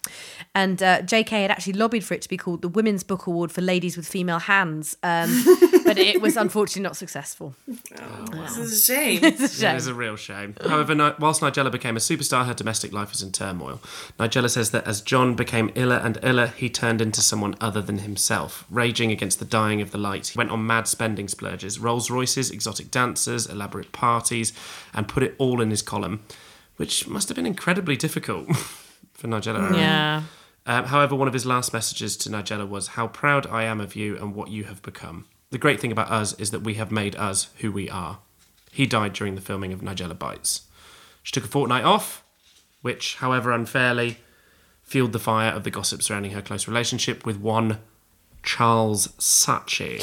And uh, J.K. had actually lobbied for it to be called the Women's Book Award for Ladies with Female Hands, um, but it was unfortunately not successful.
This is a shame.
It is a real shame. However, Ni- whilst Nigella became a superstar, her domestic life was in turmoil. Nigella says that as John became iller and iller, he turned into someone other than himself. Raging against the dying of the light, he went on mad spending splurges, Rolls Royces, exotic dancers, elaborate parties, and put it all in his column, which must have been incredibly difficult *laughs* for Nigella.
Yeah.
Um, however, one of his last messages to Nigella was, How proud I am of you and what you have become. The great thing about us is that we have made us who we are. He died during the filming of Nigella Bites. She took a fortnight off, which, however unfairly, fueled the fire of the gossip surrounding her close relationship with one Charles Saatchi.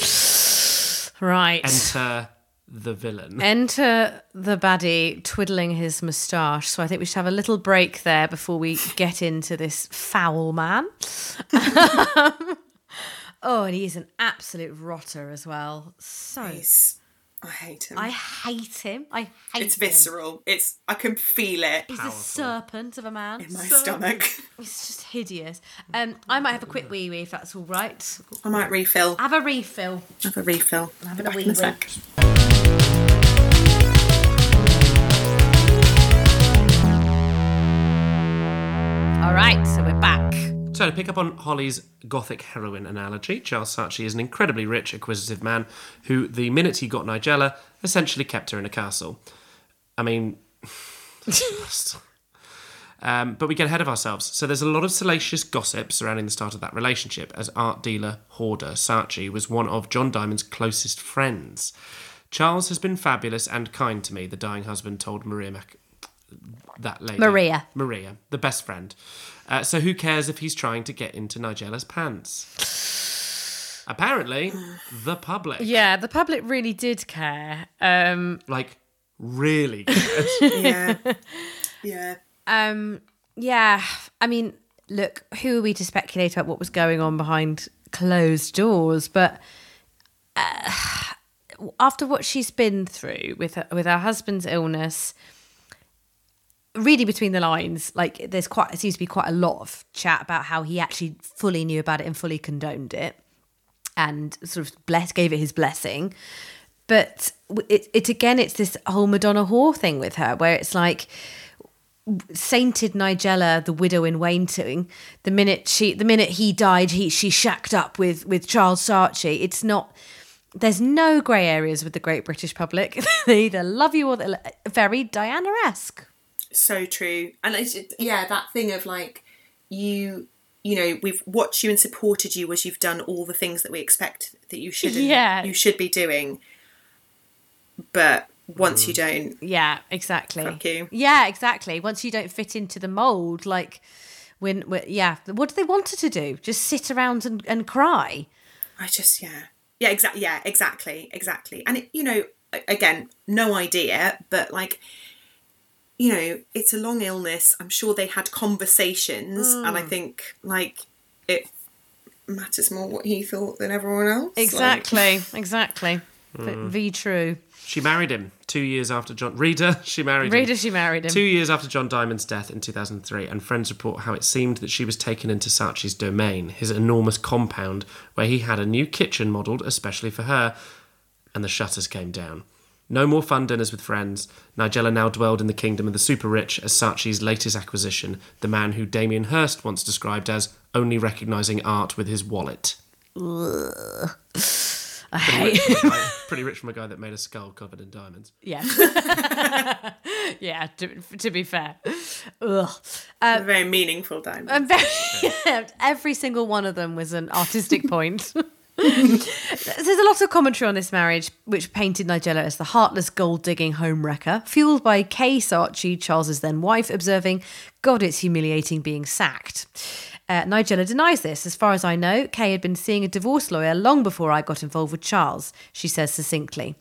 Right.
Enter the villain.
Enter the baddie twiddling his moustache. So I think we should have a little break there before we get into this foul man. *laughs* oh, and he is an absolute rotter as well. So
He's- I hate him.
I hate him. I hate
it's
him.
visceral. It's I can feel it
He's a serpent of a man.
in my stomach.
It's just hideous. Um, I might have a quick wee wee if that's all right. *laughs*
I might refill.
Have a refill.
Have a refill. Have
a wee wee. All right, so we're back.
So, to pick up on Holly's gothic heroine analogy, Charles Saatchi is an incredibly rich, acquisitive man who, the minute he got Nigella, essentially kept her in a castle. I mean, *laughs* just- um, but we get ahead of ourselves. So, there's a lot of salacious gossip surrounding the start of that relationship, as art dealer, hoarder Saatchi was one of John Diamond's closest friends. Charles has been fabulous and kind to me, the dying husband told Maria Mac- that lady.
Maria.
Maria, the best friend. Uh, so who cares if he's trying to get into Nigella's pants? Apparently, the public.
Yeah, the public really did care. Um,
Like, really?
Yeah.
*laughs*
Yeah.
Um, yeah, I mean, look, who are we to speculate about what was going on behind closed doors? But uh, after what she's been through with her, with her husband's illness, really between the lines, like there's quite seems to be quite a lot of chat about how he actually fully knew about it and fully condoned it, and sort of bless gave it his blessing. But w- it, it again, it's this whole Madonna whore thing with her, where it's like sainted Nigella, the widow in Wainting, the minute she, the minute he died, he she shacked up with with Charles Saatchi. It's not. There's no grey areas with the great British public. *laughs* they either love you or they very Diana-esque.
So true. And it's yeah, that thing of like you you know, we've watched you and supported you as you've done all the things that we expect that you should
Yeah.
you should be doing. But once you don't,
Yeah, exactly.
Fuck you.
Yeah, exactly. Once you don't fit into the mold, like when, when yeah, what do they want her to do? Just sit around and, and cry?
I just yeah yeah exactly yeah exactly exactly and it, you know a- again no idea but like you know it's a long illness I'm sure they had conversations and
Mm.
I think like it matters more what he thought than everyone else Like,
exactly. But V true.
she married him two years after John. Reader, *laughs* she married him.
Reader, she married him.
Two years after John Diamond's death in 2003, and friends report how it seemed that she was taken into Saatchi's domain, his enormous compound, where he had a new kitchen modelled especially for her, and the shutters came down. No more fun dinners with friends. Nigella now dwelled in the kingdom of the super rich as Saatchi's latest acquisition, the man who Damien Hirst once described as only recognising art with his wallet.
I hate.
Pretty rich from a guy that made a skull covered in diamonds.
Yeah. *laughs* yeah. To, to be fair, Ugh.
a very meaningful diamond.
And very- *laughs* every single one of them was an artistic point. *laughs* There's a lot of commentary on this marriage, which painted Nigella as the heartless gold digging home wrecker, fueled by Kay Sarchi, Charles's then wife, observing, God, it's humiliating being sacked. Uh, Nigella denies this. As far as I know, Kay had been seeing a divorce lawyer long before I got involved with Charles, she says succinctly.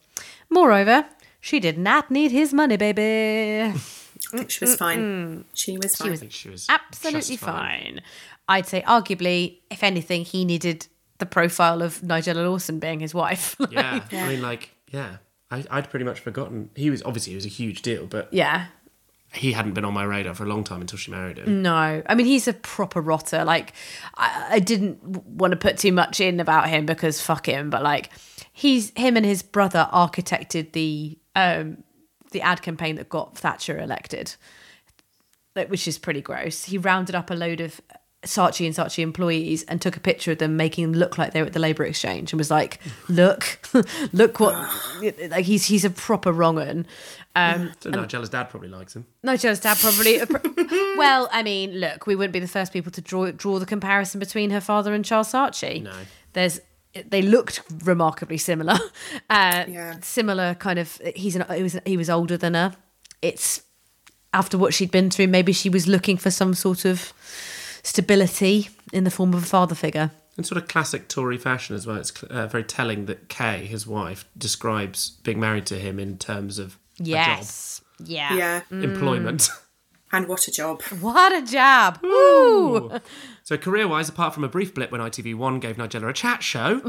Moreover, she did not need his money, baby.
she was fine. She was fine.
I think she was
absolutely
just fine.
fine. I'd say, arguably, if anything, he needed the profile of Nigella Lawson being his wife.
Yeah. I mean, like, yeah. I, I'd pretty much forgotten. He was obviously he was a huge deal, but
*laughs* yeah.
he hadn't been on my radar for a long time until she married him.
No, I mean he's a proper rotter. Like, I, I didn't want to put too much in about him because fuck him. But like, he's him and his brother architected the um the ad campaign that got Thatcher elected, like, which is pretty gross. He rounded up a load of Saatchi and Saatchi employees and took a picture of them, making them look like they were at the Labour Exchange, and was like, "Look, *laughs* look what like he's he's a proper wrong'un."
So Nigella's dad probably likes him.
Nigella's dad probably. *laughs* well, I mean, look, we wouldn't be the first people to draw draw the comparison between her father and Charles Saatchi.
No.
there's they looked remarkably similar. Uh,
Yeah.
similar kind of. He's an, he was he was older than her. It's after what she'd been through. Maybe she was looking for some sort of stability in the form of a father figure.
In sort of classic Tory fashion as well, it's cl- uh, very telling that Kay, his wife, describes being married to him in terms of
Yes. Yeah.
Yeah.
a job, employment. *laughs*
And what a job.
What a job.
so career-wise, apart from a brief blip when ITV1 gave Nigella a chat show,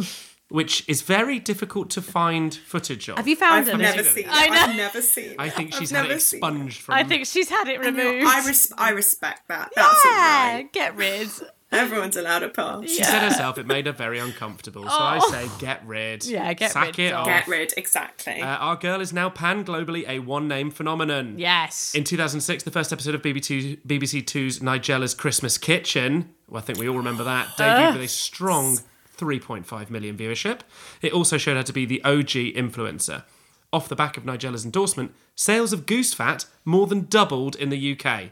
which is very difficult to find footage of.
Have you found
I've
it?
never seen it.
I know.
I've never seen it.
I think
I've
she's had it
never seen it.
expunged from.
I think she's had it
You know,
removed.
I, res- I respect that. That's all
yeah,
right.
get rid.
Everyone's allowed a pass.
She said herself it made her very uncomfortable. So I say get rid.
Oh. Yeah, get
Sack
rid,
it
doll.
off.
Get rid, exactly.
Uh, our girl is now pan globally a one name phenomenon.
Yes.
In 2006, the first episode of BBC, BBC Two's Nigella's Christmas Kitchen, well, I think we all remember that, debuted with a strong 3.5 million viewership. It also showed her to be the OG influencer. Off the back of Nigella's endorsement, sales of goose fat more than doubled in the UK.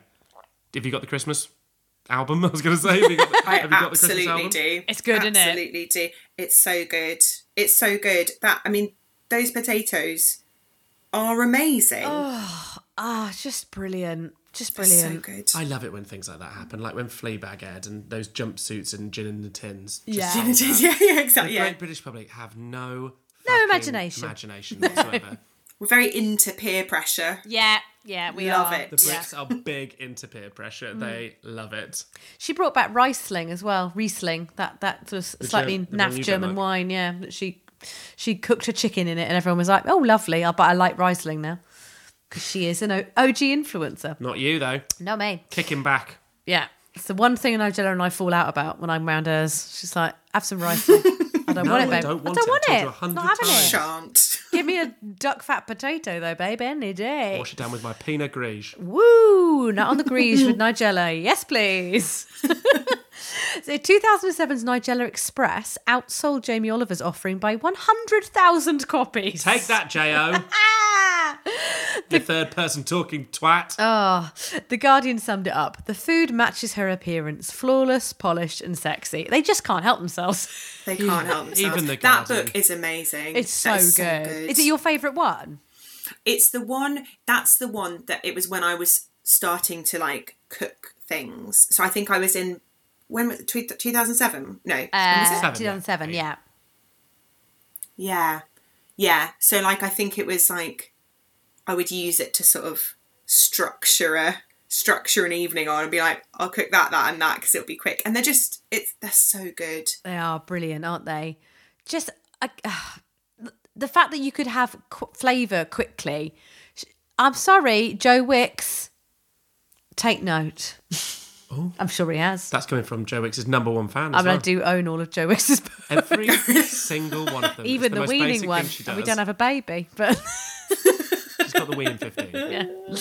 Have you got the Christmas album? *laughs* I was going to say, have you got the,
I
have you got the Christmas
absolutely
album?
do.
It's good, isn't it?
Absolutely do. It's so good. It's so good. That I mean, those potatoes are amazing.
Ah, just brilliant. Just
so
brilliant.
good. *laughs*
I love it when things like that happen, like when Fleabag aired and those jumpsuits and gin in the tins. just
Yeah.
sold
Gin
out.
yeah, yeah, exactly.
The
Yeah.
great British public have no
No
fucking
imagination. *laughs*
imagination whatsoever.
We're very into peer pressure.
Yeah, yeah, we
Love
are.
it.
The Brits are big into peer pressure.
Mm.
They love it.
She brought back Riesling as well. Riesling, that that sort of slightly
Germ- the one
naff
you don't
German
like.
wine. Yeah, that she she cooked her chicken in it, and everyone was like, "Oh, lovely!" I, but I like Riesling now because she is an O- OG influencer.
Not you though.
No me.
Kick him back.
Yeah, it's the one thing Nigella and I fall out about when I'm round hers. She's like, "Have some Riesling." I don't
*laughs* No,
want it,
I
babe.
don't want
I
it.
don't
I've told you a
want it.
hundred
Not having
times.
it.
Shan't. *laughs*
Give me a duck fat potato though, babe. Any day.
Wash it down with my Pinot Grigio.
Woo! Not on the grease *laughs* with Nigella. Yes, please. *laughs* so 2007's Nigella Express outsold Jamie Oliver's offering by 100,000 copies.
Take
*laughs*
that, Jo.
Ah!
the third person talking twat.
Oh. The Guardian summed it up. The food matches her appearance, flawless, polished, and sexy. They just can't help themselves. *laughs*
They can't help themselves.
Even the
that
garden.
book is amazing.
It's so,
That
good.
is
Is it your favourite one?
It's the one. That's the one that it was when I was starting to like cook things. So I think I was in when was two thousand seven? No, when was it?
Seven, yeah.
2007, yeah.
Yeah. Yeah. So like I think it was like I would use it to sort of structure a structure an evening on and be like, I'll cook that, that and that because it'll be quick. And they're just it's they're so good.
They are brilliant, aren't they? Just I ugh, the fact that you could have qu- flavour quickly. Sh- I'm sorry, Joe Wicks. Take
*laughs*
note. I'm sure he has.
That's coming from Joe Wicks's number Oh. one fan.
I
As
mean,
well.
I do own all of Joe Wicks's books, *laughs*
Every single one of them. It's
even the,
most basic
weaning
thing
one.
She
And
does.
we don't have a baby, but *laughs*
She's got the Wii in 15.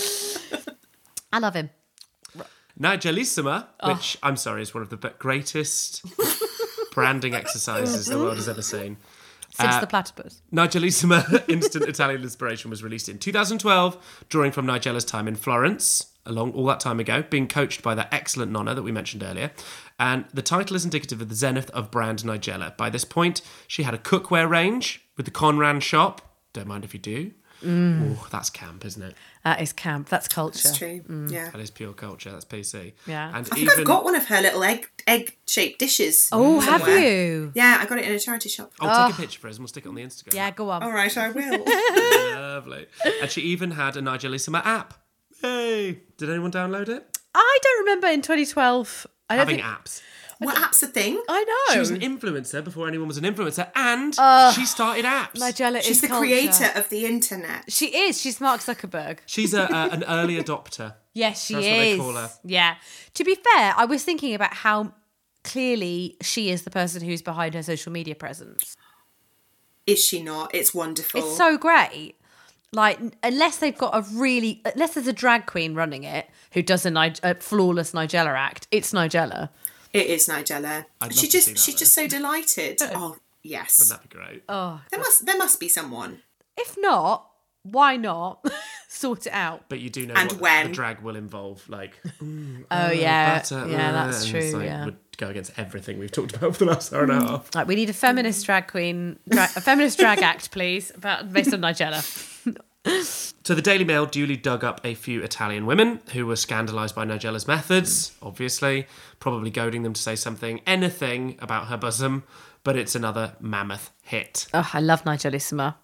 I love him.
Nigelissima,
Oh.
which I'm sorry is one of the be-
*laughs*
greatest branding exercises the world has ever seen.
Since
Uh,
the platypus.
Nigelissima *laughs* Instant Italian Inspiration was released in 2012, drawing from Nigella's time in Florence, a long all that time ago, being coached by that excellent Nonna that we mentioned earlier. And the title is indicative of the zenith of brand Nigella. By this point, she had a cookware range with the Conran shop. Don't mind if you do.
Mm.
Ooh, that's camp, isn't it?
That is camp. That's culture.
It's true. Yeah.
That is pure culture. That's PC.
Yeah.
and
I think
Mm. even
I've got one of her little egg egg shaped dishes.
Oh, have
somewhere.
you?
Yeah, I got it in a charity shop.
I'll take a picture for us and we'll stick it on the Instagram.
Ah. Yeah, go on.
All right, I
*laughs*
will.
Lovely. And she even had a Nigelissima app. Hey, did anyone download it?
I don't remember in 2012. I don't
Having
think.
apps.
what app's a thing?
Oh,
I know.
She was an influencer before anyone was an influencer, and
Oh.
she started apps.
Nigella
She's
is
the
culture.
creator of the internet.
She is. She's Mark Zuckerberg.
She's a, a, an
*laughs*
early adopter.
Yes, she
That's
is.
what they call her.
Yeah. To be fair, I was thinking about how clearly she is the person who's behind her social media presence.
Is she not? It's wonderful.
It's so great. Like, n- unless they've got a really, unless there's a drag queen running it who does a, Nig- a flawless Nigella act, it's Nigella.
it is Nigella.
I'd love
She
to
just
see that,
she's
though.
just so delighted. oh yes.
That'd be great. Oh.
There must there must be someone.
If not, why not *laughs* sort it out?
But you do know
And
what
when.
the drag will involve, like
Oh yeah,
butter,
yeah,
uh,
that's
and
true.
it's like,
yeah, Mm.
Would go against everything we've talked about for the last hour and a half.
like we need a feminist drag queen, dra- a feminist drag act, please, about based on Nigella.
So the Daily Mail duly dug up a few Italian women who were scandalised by Nigella's methods, obviously, probably goading them to say something, anything about her bosom, but it's another mammoth hit.
Oh, I love Nigelissima.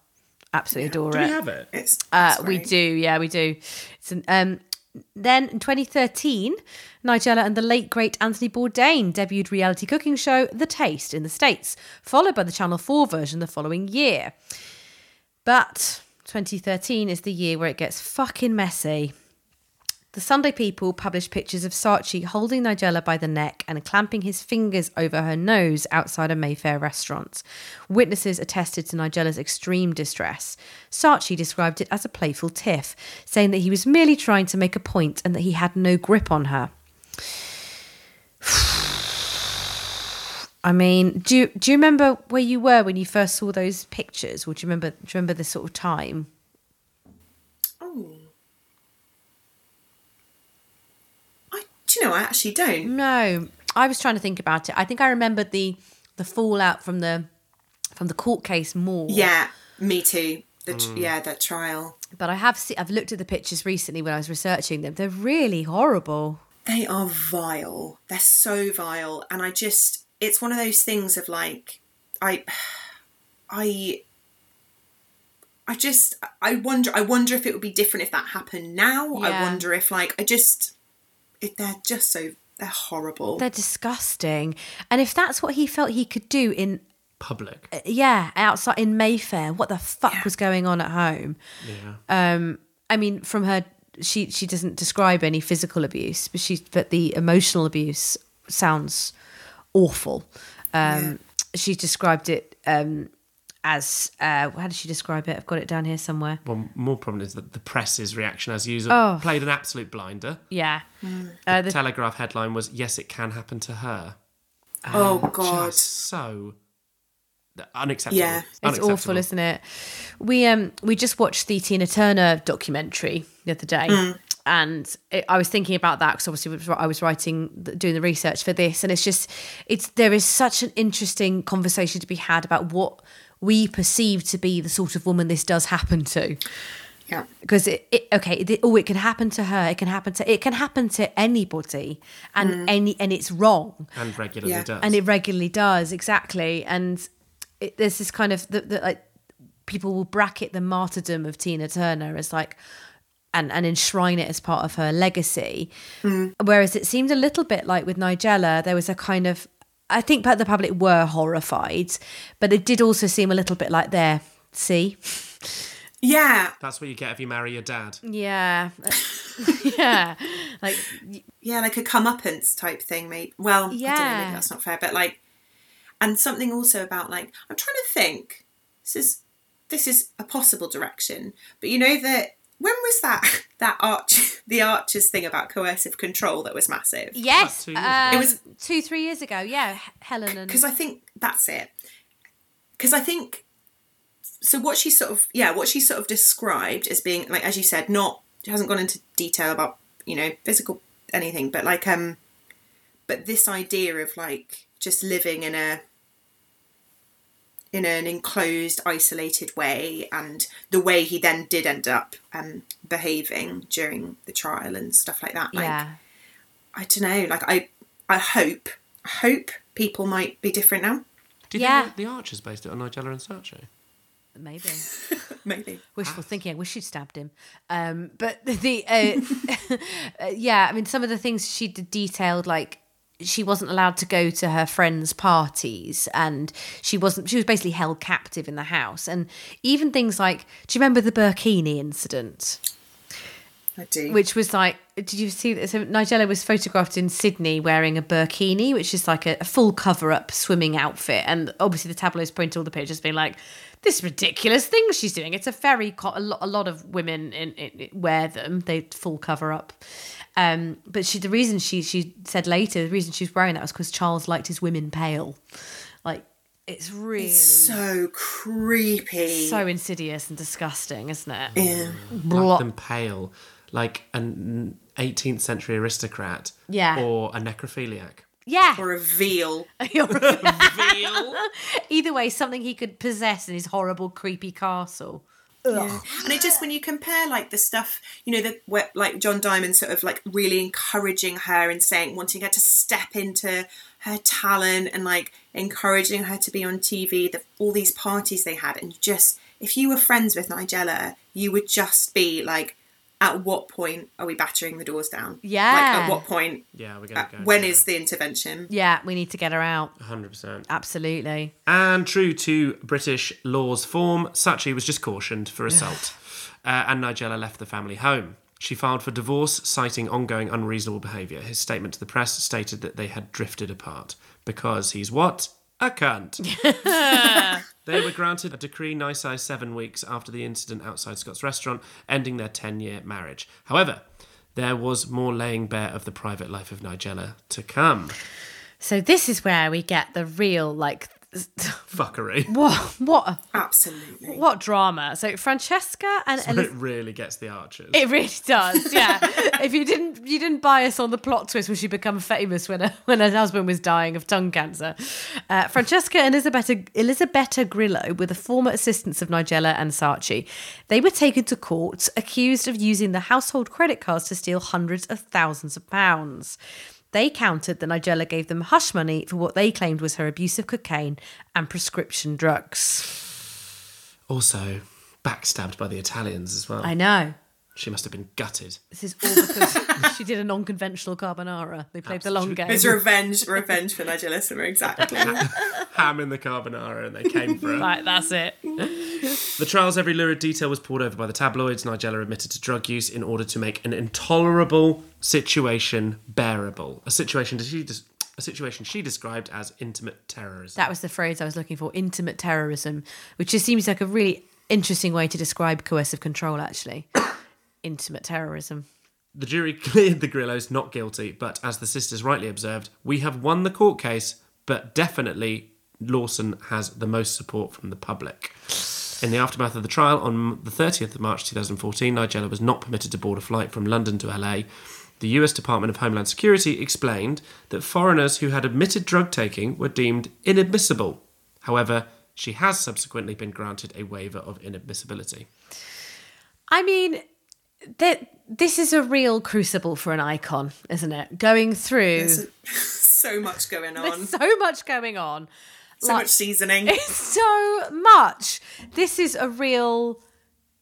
Absolutely adore
Do
it.
we have it?
It's,
Uh,
it's
we
great.
do, yeah, we do. It's an, um, then in 2013, Nigella and the late great Anthony Bourdain debuted reality cooking show The Taste in the States, followed by the Channel 4 version the following year. But 2013 is the year where it gets fucking messy. The Sunday People published pictures of Saatchi holding Nigella by the neck and clamping his fingers over her nose outside a Mayfair restaurant. Witnesses attested to Nigella's extreme distress. Saatchi described it as a playful tiff, saying that he was merely trying to make a point and that he had no grip on her. *sighs* I mean, do you, do you remember where you were when you first saw those pictures? Or do you remember do you remember this sort of time?
Oh. I do you know I actually
Mm.
don't.
No, I was trying to think about it. I think I remembered the the fallout from the from the court case more.
Yeah, me too. The tr-
Mm.
yeah, the trial.
But I have seen, I've looked at the pictures recently when I was researching them. They're really horrible.
They are vile. They're so vile, and I just it's one of those things of like I I I just I wonder I wonder if it would be different if that happened now. I
Yeah.
wonder if like I just it, they're just so they're horrible.
They're disgusting. And if that's what he felt he could do in
Public.
yeah, outside in Mayfair, what the fuck was going on at home? Yeah. Um I mean from her she she doesn't describe any physical abuse, but she but the emotional abuse sounds awful. Um she described it um as uh how did she describe it? I've got it down here somewhere.
Well, more problem is that the press's reaction as usual
Oh.
played an absolute blinder.
Yeah. Uh, the
Telegraph headline was "Yes, it can happen to her."
oh god.
Just so unacceptable.
Yeah. It's
It's awful, isn't it? We um we just watched the Tina Turner documentary the other day, and it, I was thinking about that because obviously we- I was writing, doing the research for this, and it's just it's there is such an interesting conversation to be had about what we perceive to be the sort of woman this does happen to
Yeah.
because it, it okay the, oh it can happen to her it can happen to it can happen to anybody and any and it's wrong
And regularly
Yeah.
does.
and it regularly does exactly and it, there's this kind of the, the, like people will bracket the martyrdom of tina turner as like and, and enshrine it as part of her legacy whereas it seemed a little bit like with nigella there was a kind of i think that the public were horrified but it did also seem a little bit like there see
Yeah.
That's what you get if you marry your dad.
*laughs* yeah yeah like
yeah, like a comeuppance type thing, maybe. Well, I don't know,
Yeah.
maybe that's not fair, but like, and something also about like, I'm trying to think. This is this is a possible direction, but you know that when was that *laughs* that arch *laughs* the archers thing about coercive control that was massive?
Yes,
two years ago.
um,
It was-
two, three years ago. Yeah, H- Helen and
because I think that's it. Because I think so. What she sort of yeah, what she sort of described as being like, as you said, not she hasn't gone into detail about you know physical anything, but like um, but this idea of like just living in a in an enclosed, isolated way, and the way he then did end up um behaving during the trial and stuff like that. Like,
yeah,
I don't know. Like I, I hope, I hope people might be different now.
Do you
Yeah.
think that the Archers based it on Nigella and Sarcho?
maybe.
Maybe.
wishful thinking. I wish she'd stabbed him. Um, but the uh, *laughs* uh, yeah, I mean, some of the things she d- detailed, like she wasn't allowed to go to her friends' parties, and she wasn't. She was basically held captive in the house, and even things like, do you remember the Burkini incident?
I do.
which was like did you see that so nigella was photographed in sydney wearing a burkini which is like a, a full cover-up swimming outfit and obviously the tabloids print all the pictures being like this ridiculous thing she's doing it's a very co- a, lot, a lot of women in, in, in- wear them they full cover up um, but she the reason she she said later the reason she was wearing that was because charles liked his women pale like it's really
so creepy.
so insidious and disgusting isn't it
yeah.
Blah.
them pale, like an 18th century aristocrat,
Yeah.
or a necrophiliac.
yeah
Or a veal.
*laughs* Either way, something he could possess in his horrible, creepy castle.
Yeah. And it just when you compare like the stuff, you know, that where like John Diamond sort of like really encouraging her and saying wanting her to step into her talent and like encouraging her to be on TV, the, all these parties they had, and you just if you were friends with Nigella, you would just be like, at what point are we battering the doors down? Like
Yeah.
at what point?
Yeah, we're
uh,
going to go.
when is the intervention?
Yeah, we need to get her out.
100%.
Absolutely.
And true to British law's form, Sachi was just cautioned for assault, uh, and Nigella left the family home. She filed for divorce, citing ongoing unreasonable behaviour. His statement to the press stated that they had drifted apart because he's what? A cunt. they were granted a decree nisi seven weeks after the incident outside Scott's restaurant, ending their 10 year marriage. However, there was more laying bare of the private life of Nigella to come.
So this is where we get the real like *laughs*
Fuckery.
what what a-
Absolutely.
what drama. So Francesca and
*laughs* It
Elizabeth.
really gets the archers.
It really does, yeah. if you didn't, you didn't buy us on the plot twist when she become famous when her when her husband was dying of tongue cancer. Uh, Francesca and Elisabetta Elisabetta Grillo were the former assistants of Nigella and Sarchi. They were taken to court accused of using the household credit cards to steal hundreds of thousands of pounds. They countered that Nigella gave them hush money for what they claimed was her abuse of cocaine and prescription drugs.
Also, backstabbed by the Italians as well.
I know.
She must have been gutted. *laughs*
This is all because she did a non-conventional carbonara. They played the long game.
It's revenge, revenge for Nigella Summer, exactly.
Ham in the carbonara, and they came for her.
*laughs* Right, that's it.
the trial's every lurid detail was poured over by the tabloids. Nigella admitted to drug use in order to make an intolerable situation bearable. A situation that she des- a situation she described as intimate terrorism.
That was the phrase I was looking for, intimate terrorism, which just seems like a really interesting way to describe coercive control, actually. *coughs* intimate terrorism.
the jury *laughs* cleared the Grillos not guilty, but as the sisters rightly observed, we have won the court case, but definitely Lawson has the most support from the public. In the aftermath of the trial, on the 30th of March 2014, Nigella was not permitted to board a flight from London to LA. The US Department of Homeland Security explained that foreigners who had admitted drug taking were deemed inadmissible. However, she has subsequently been granted a waiver of inadmissibility.
I mean, that this is a real crucible for an icon, isn't it? Going through
There's so much going on,
there's
so
so much going on.
much seasoning.
so much. This is a real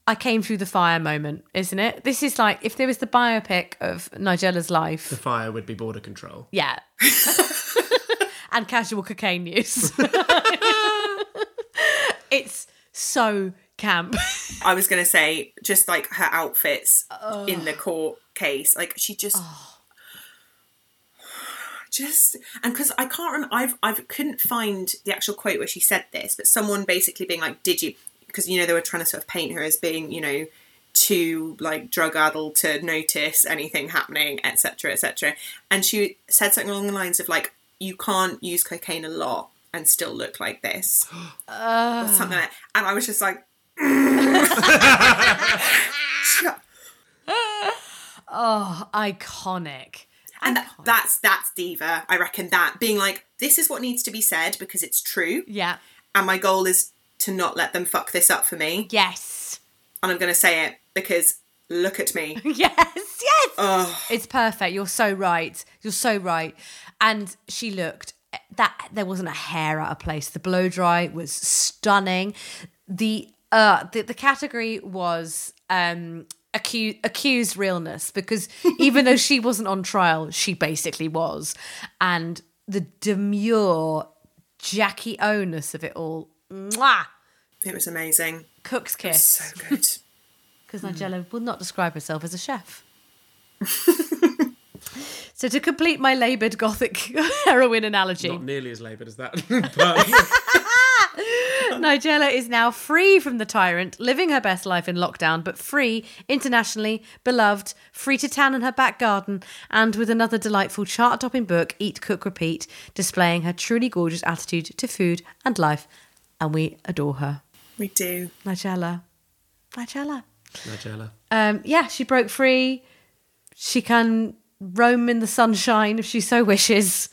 I came through the fire moment, isn't it? This is like if there was the biopic of Nigella's life.
Fire would be border control.
Yeah. *laughs* and casual cocaine use. *laughs* it's so camp. *laughs*
I was gonna say just like her outfits in the court case, like she just. *sighs* Just and because I can't remember, I've I couldn't find the actual quote where she said this, but someone basically being like, "Did you?" Because you know they were trying to sort of paint her as being, you know, too like drug addled to notice anything happening, etc., etc. And she said something along the lines of like, "You can't use cocaine a lot and still look like this," or something like that. And I was just like,
Iconic.
and that, that's that's diva. I reckon that being like, "This is what needs to be said because it's true,"
Yeah.
and my goal is to not let them fuck this up for me.
Yes.
And I'm going to say it because look at me.
*laughs* Yes. Yes. It's perfect. You're so right. You're so right. And she looked that there wasn't a hair out of place. The blow dry was stunning. The uh the, the category was um accu- accused realness because even though she wasn't on trial, she basically was. And the demure Jackie onus of it all. Mwah!
It was amazing.
Cook's kiss.
So good.
because Nigella will not describe herself as a chef. so to complete my laboured gothic *laughs* heroin analogy,
Not nearly as laboured as that. *laughs* but
Nigella is now free from the tyrant, living her best life in lockdown, but free internationally, beloved, free to town in her back garden, and with another delightful chart topping book, Eat, Cook, Repeat, displaying her truly gorgeous attitude to food and life. And we adore her.
We do.
Nigella. Nigella.
Nigella.
um, yeah, she broke free. She can roam in the sunshine if she so wishes.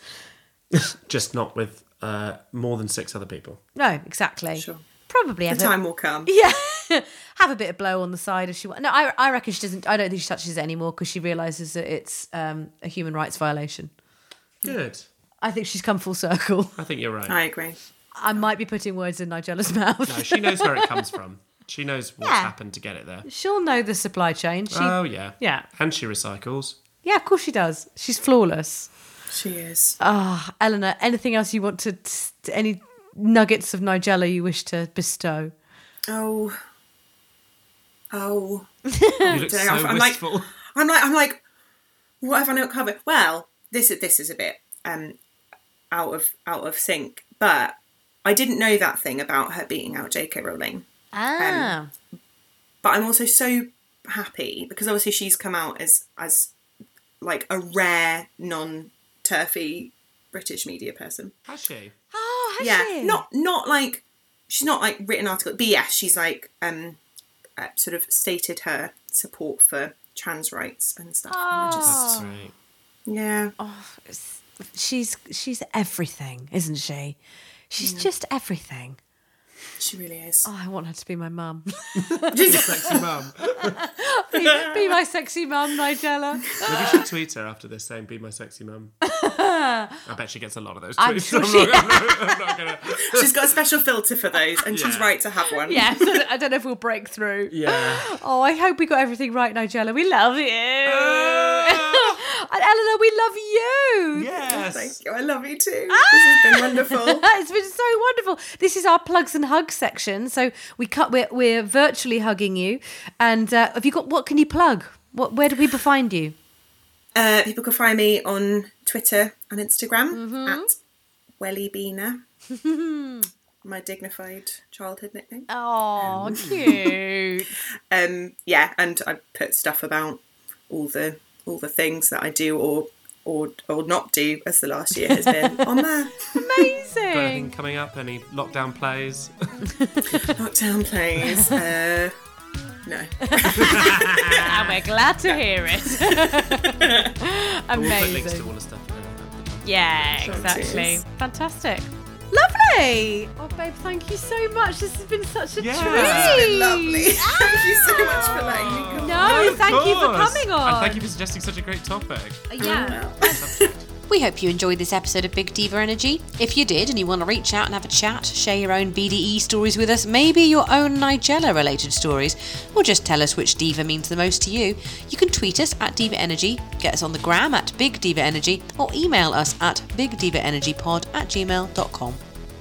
Just not with uh, more than six other people.
No, exactly.
Sure.
Probably
The
have a,
time will come.
yeah, *laughs* have a bit of blow on the side if she wants. No, I, I reckon she doesn't. I don't think she touches it anymore because she realizes that it's um, a human rights violation.
Good.
I think she's come full circle. *laughs*
I think you're right.
I agree.
I might be putting words in Nigella's *laughs* mouth.
No, she knows where it comes from. She knows what's
Yeah.
happened to get it there.
She'll know the supply chain. She,
oh yeah.
yeah,
And she
*laughs*
recycles.
yeah, of course she does. She's flawless.
She is.
Eleanor, anything else you want to? t- any nuggets of Nigella you wish to bestow?
oh. Oh.
You look so
Dang, I'm like-
wistful.
I'm like I'm like what have I not covered? Well, this is this is a bit um out of out of sync, but I didn't know that thing about her beating out JK Rowling.
Ah,
But I'm also so happy because obviously she's come out as as like a rare non turfy British media person.
Has she?
oh, has
yeah
she?
not not like she's not like written article but yes she's like um uh, sort of stated her support for trans rights and stuff and I just-
Oh.
That's right.
yeah
she's she's everything, isn't she? She's just everything.
she really is
Oh, I want her to be my *laughs* mum.
Sexy mum.
be, be my sexy mum, *laughs* Nigella.
Maybe she tweets her after this saying, "Be my
*laughs*
sexy mum." I bet she gets a lot of those tweets.
I'm sure she- *laughs*
she's got a special filter for those and she's
Yeah.
right to have one
Yeah, so I don't know if we'll break through.
yeah.
Oh, I hope we got everything right, Nigella. We love you. *laughs* and Eleanor, we love you.
thank
yes.
you I love you too
Ah!
this has been
*laughs*
wonderful
it's been so wonderful. This is our plugs and hugs section. So we cut. We're, we're virtually hugging you. And uh, have you got what can you plug? What where do people find you?
uh, people can find me on Twitter and Instagram at Wellybeaner my dignified childhood nickname
Oh, *laughs* cute.
um yeah and i put stuff about all the all the things that i do or or or not do as the last year has been on there
Got anything coming up? Any lockdown plays?
lockdown plays uh no
and we're glad to hear it.
*laughs* We'll put links to
Amazing.
all the stuff.
Yeah, exactly.
Cheers.
Fantastic. Lovely. Oh, babe, thank you so much. This has been such a
Yeah.
treat.
It's
lovely *laughs* thank you so much for letting me come
No,
Of
thank you for
course.
coming
And
on.
thank you for suggesting such a great topic.
Yeah.
We hope you enjoyed this episode of Big Diva Energy. If you did and you want to reach out and have a chat, share your own BDE stories with us, maybe your own Nigella related stories, or just tell us which diva means the most to you, you can tweet us at Diva Energy, get us on the gram at Big Diva Energy, or email us at bigdivaenergypod at gmail.com.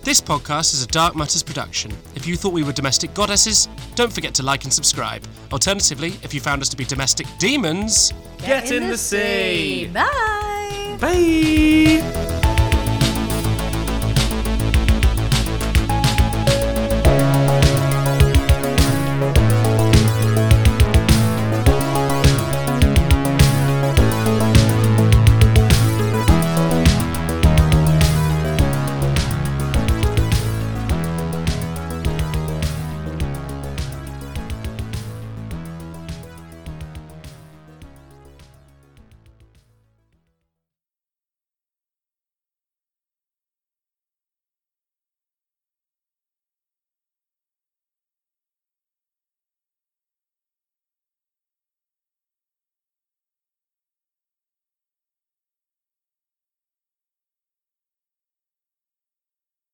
This podcast is a Dark Matters production. If you thought we were domestic goddesses, don't forget to like and subscribe. Alternatively, if you found us to be domestic demons, get, in, the, sea.
Bye.
Bye.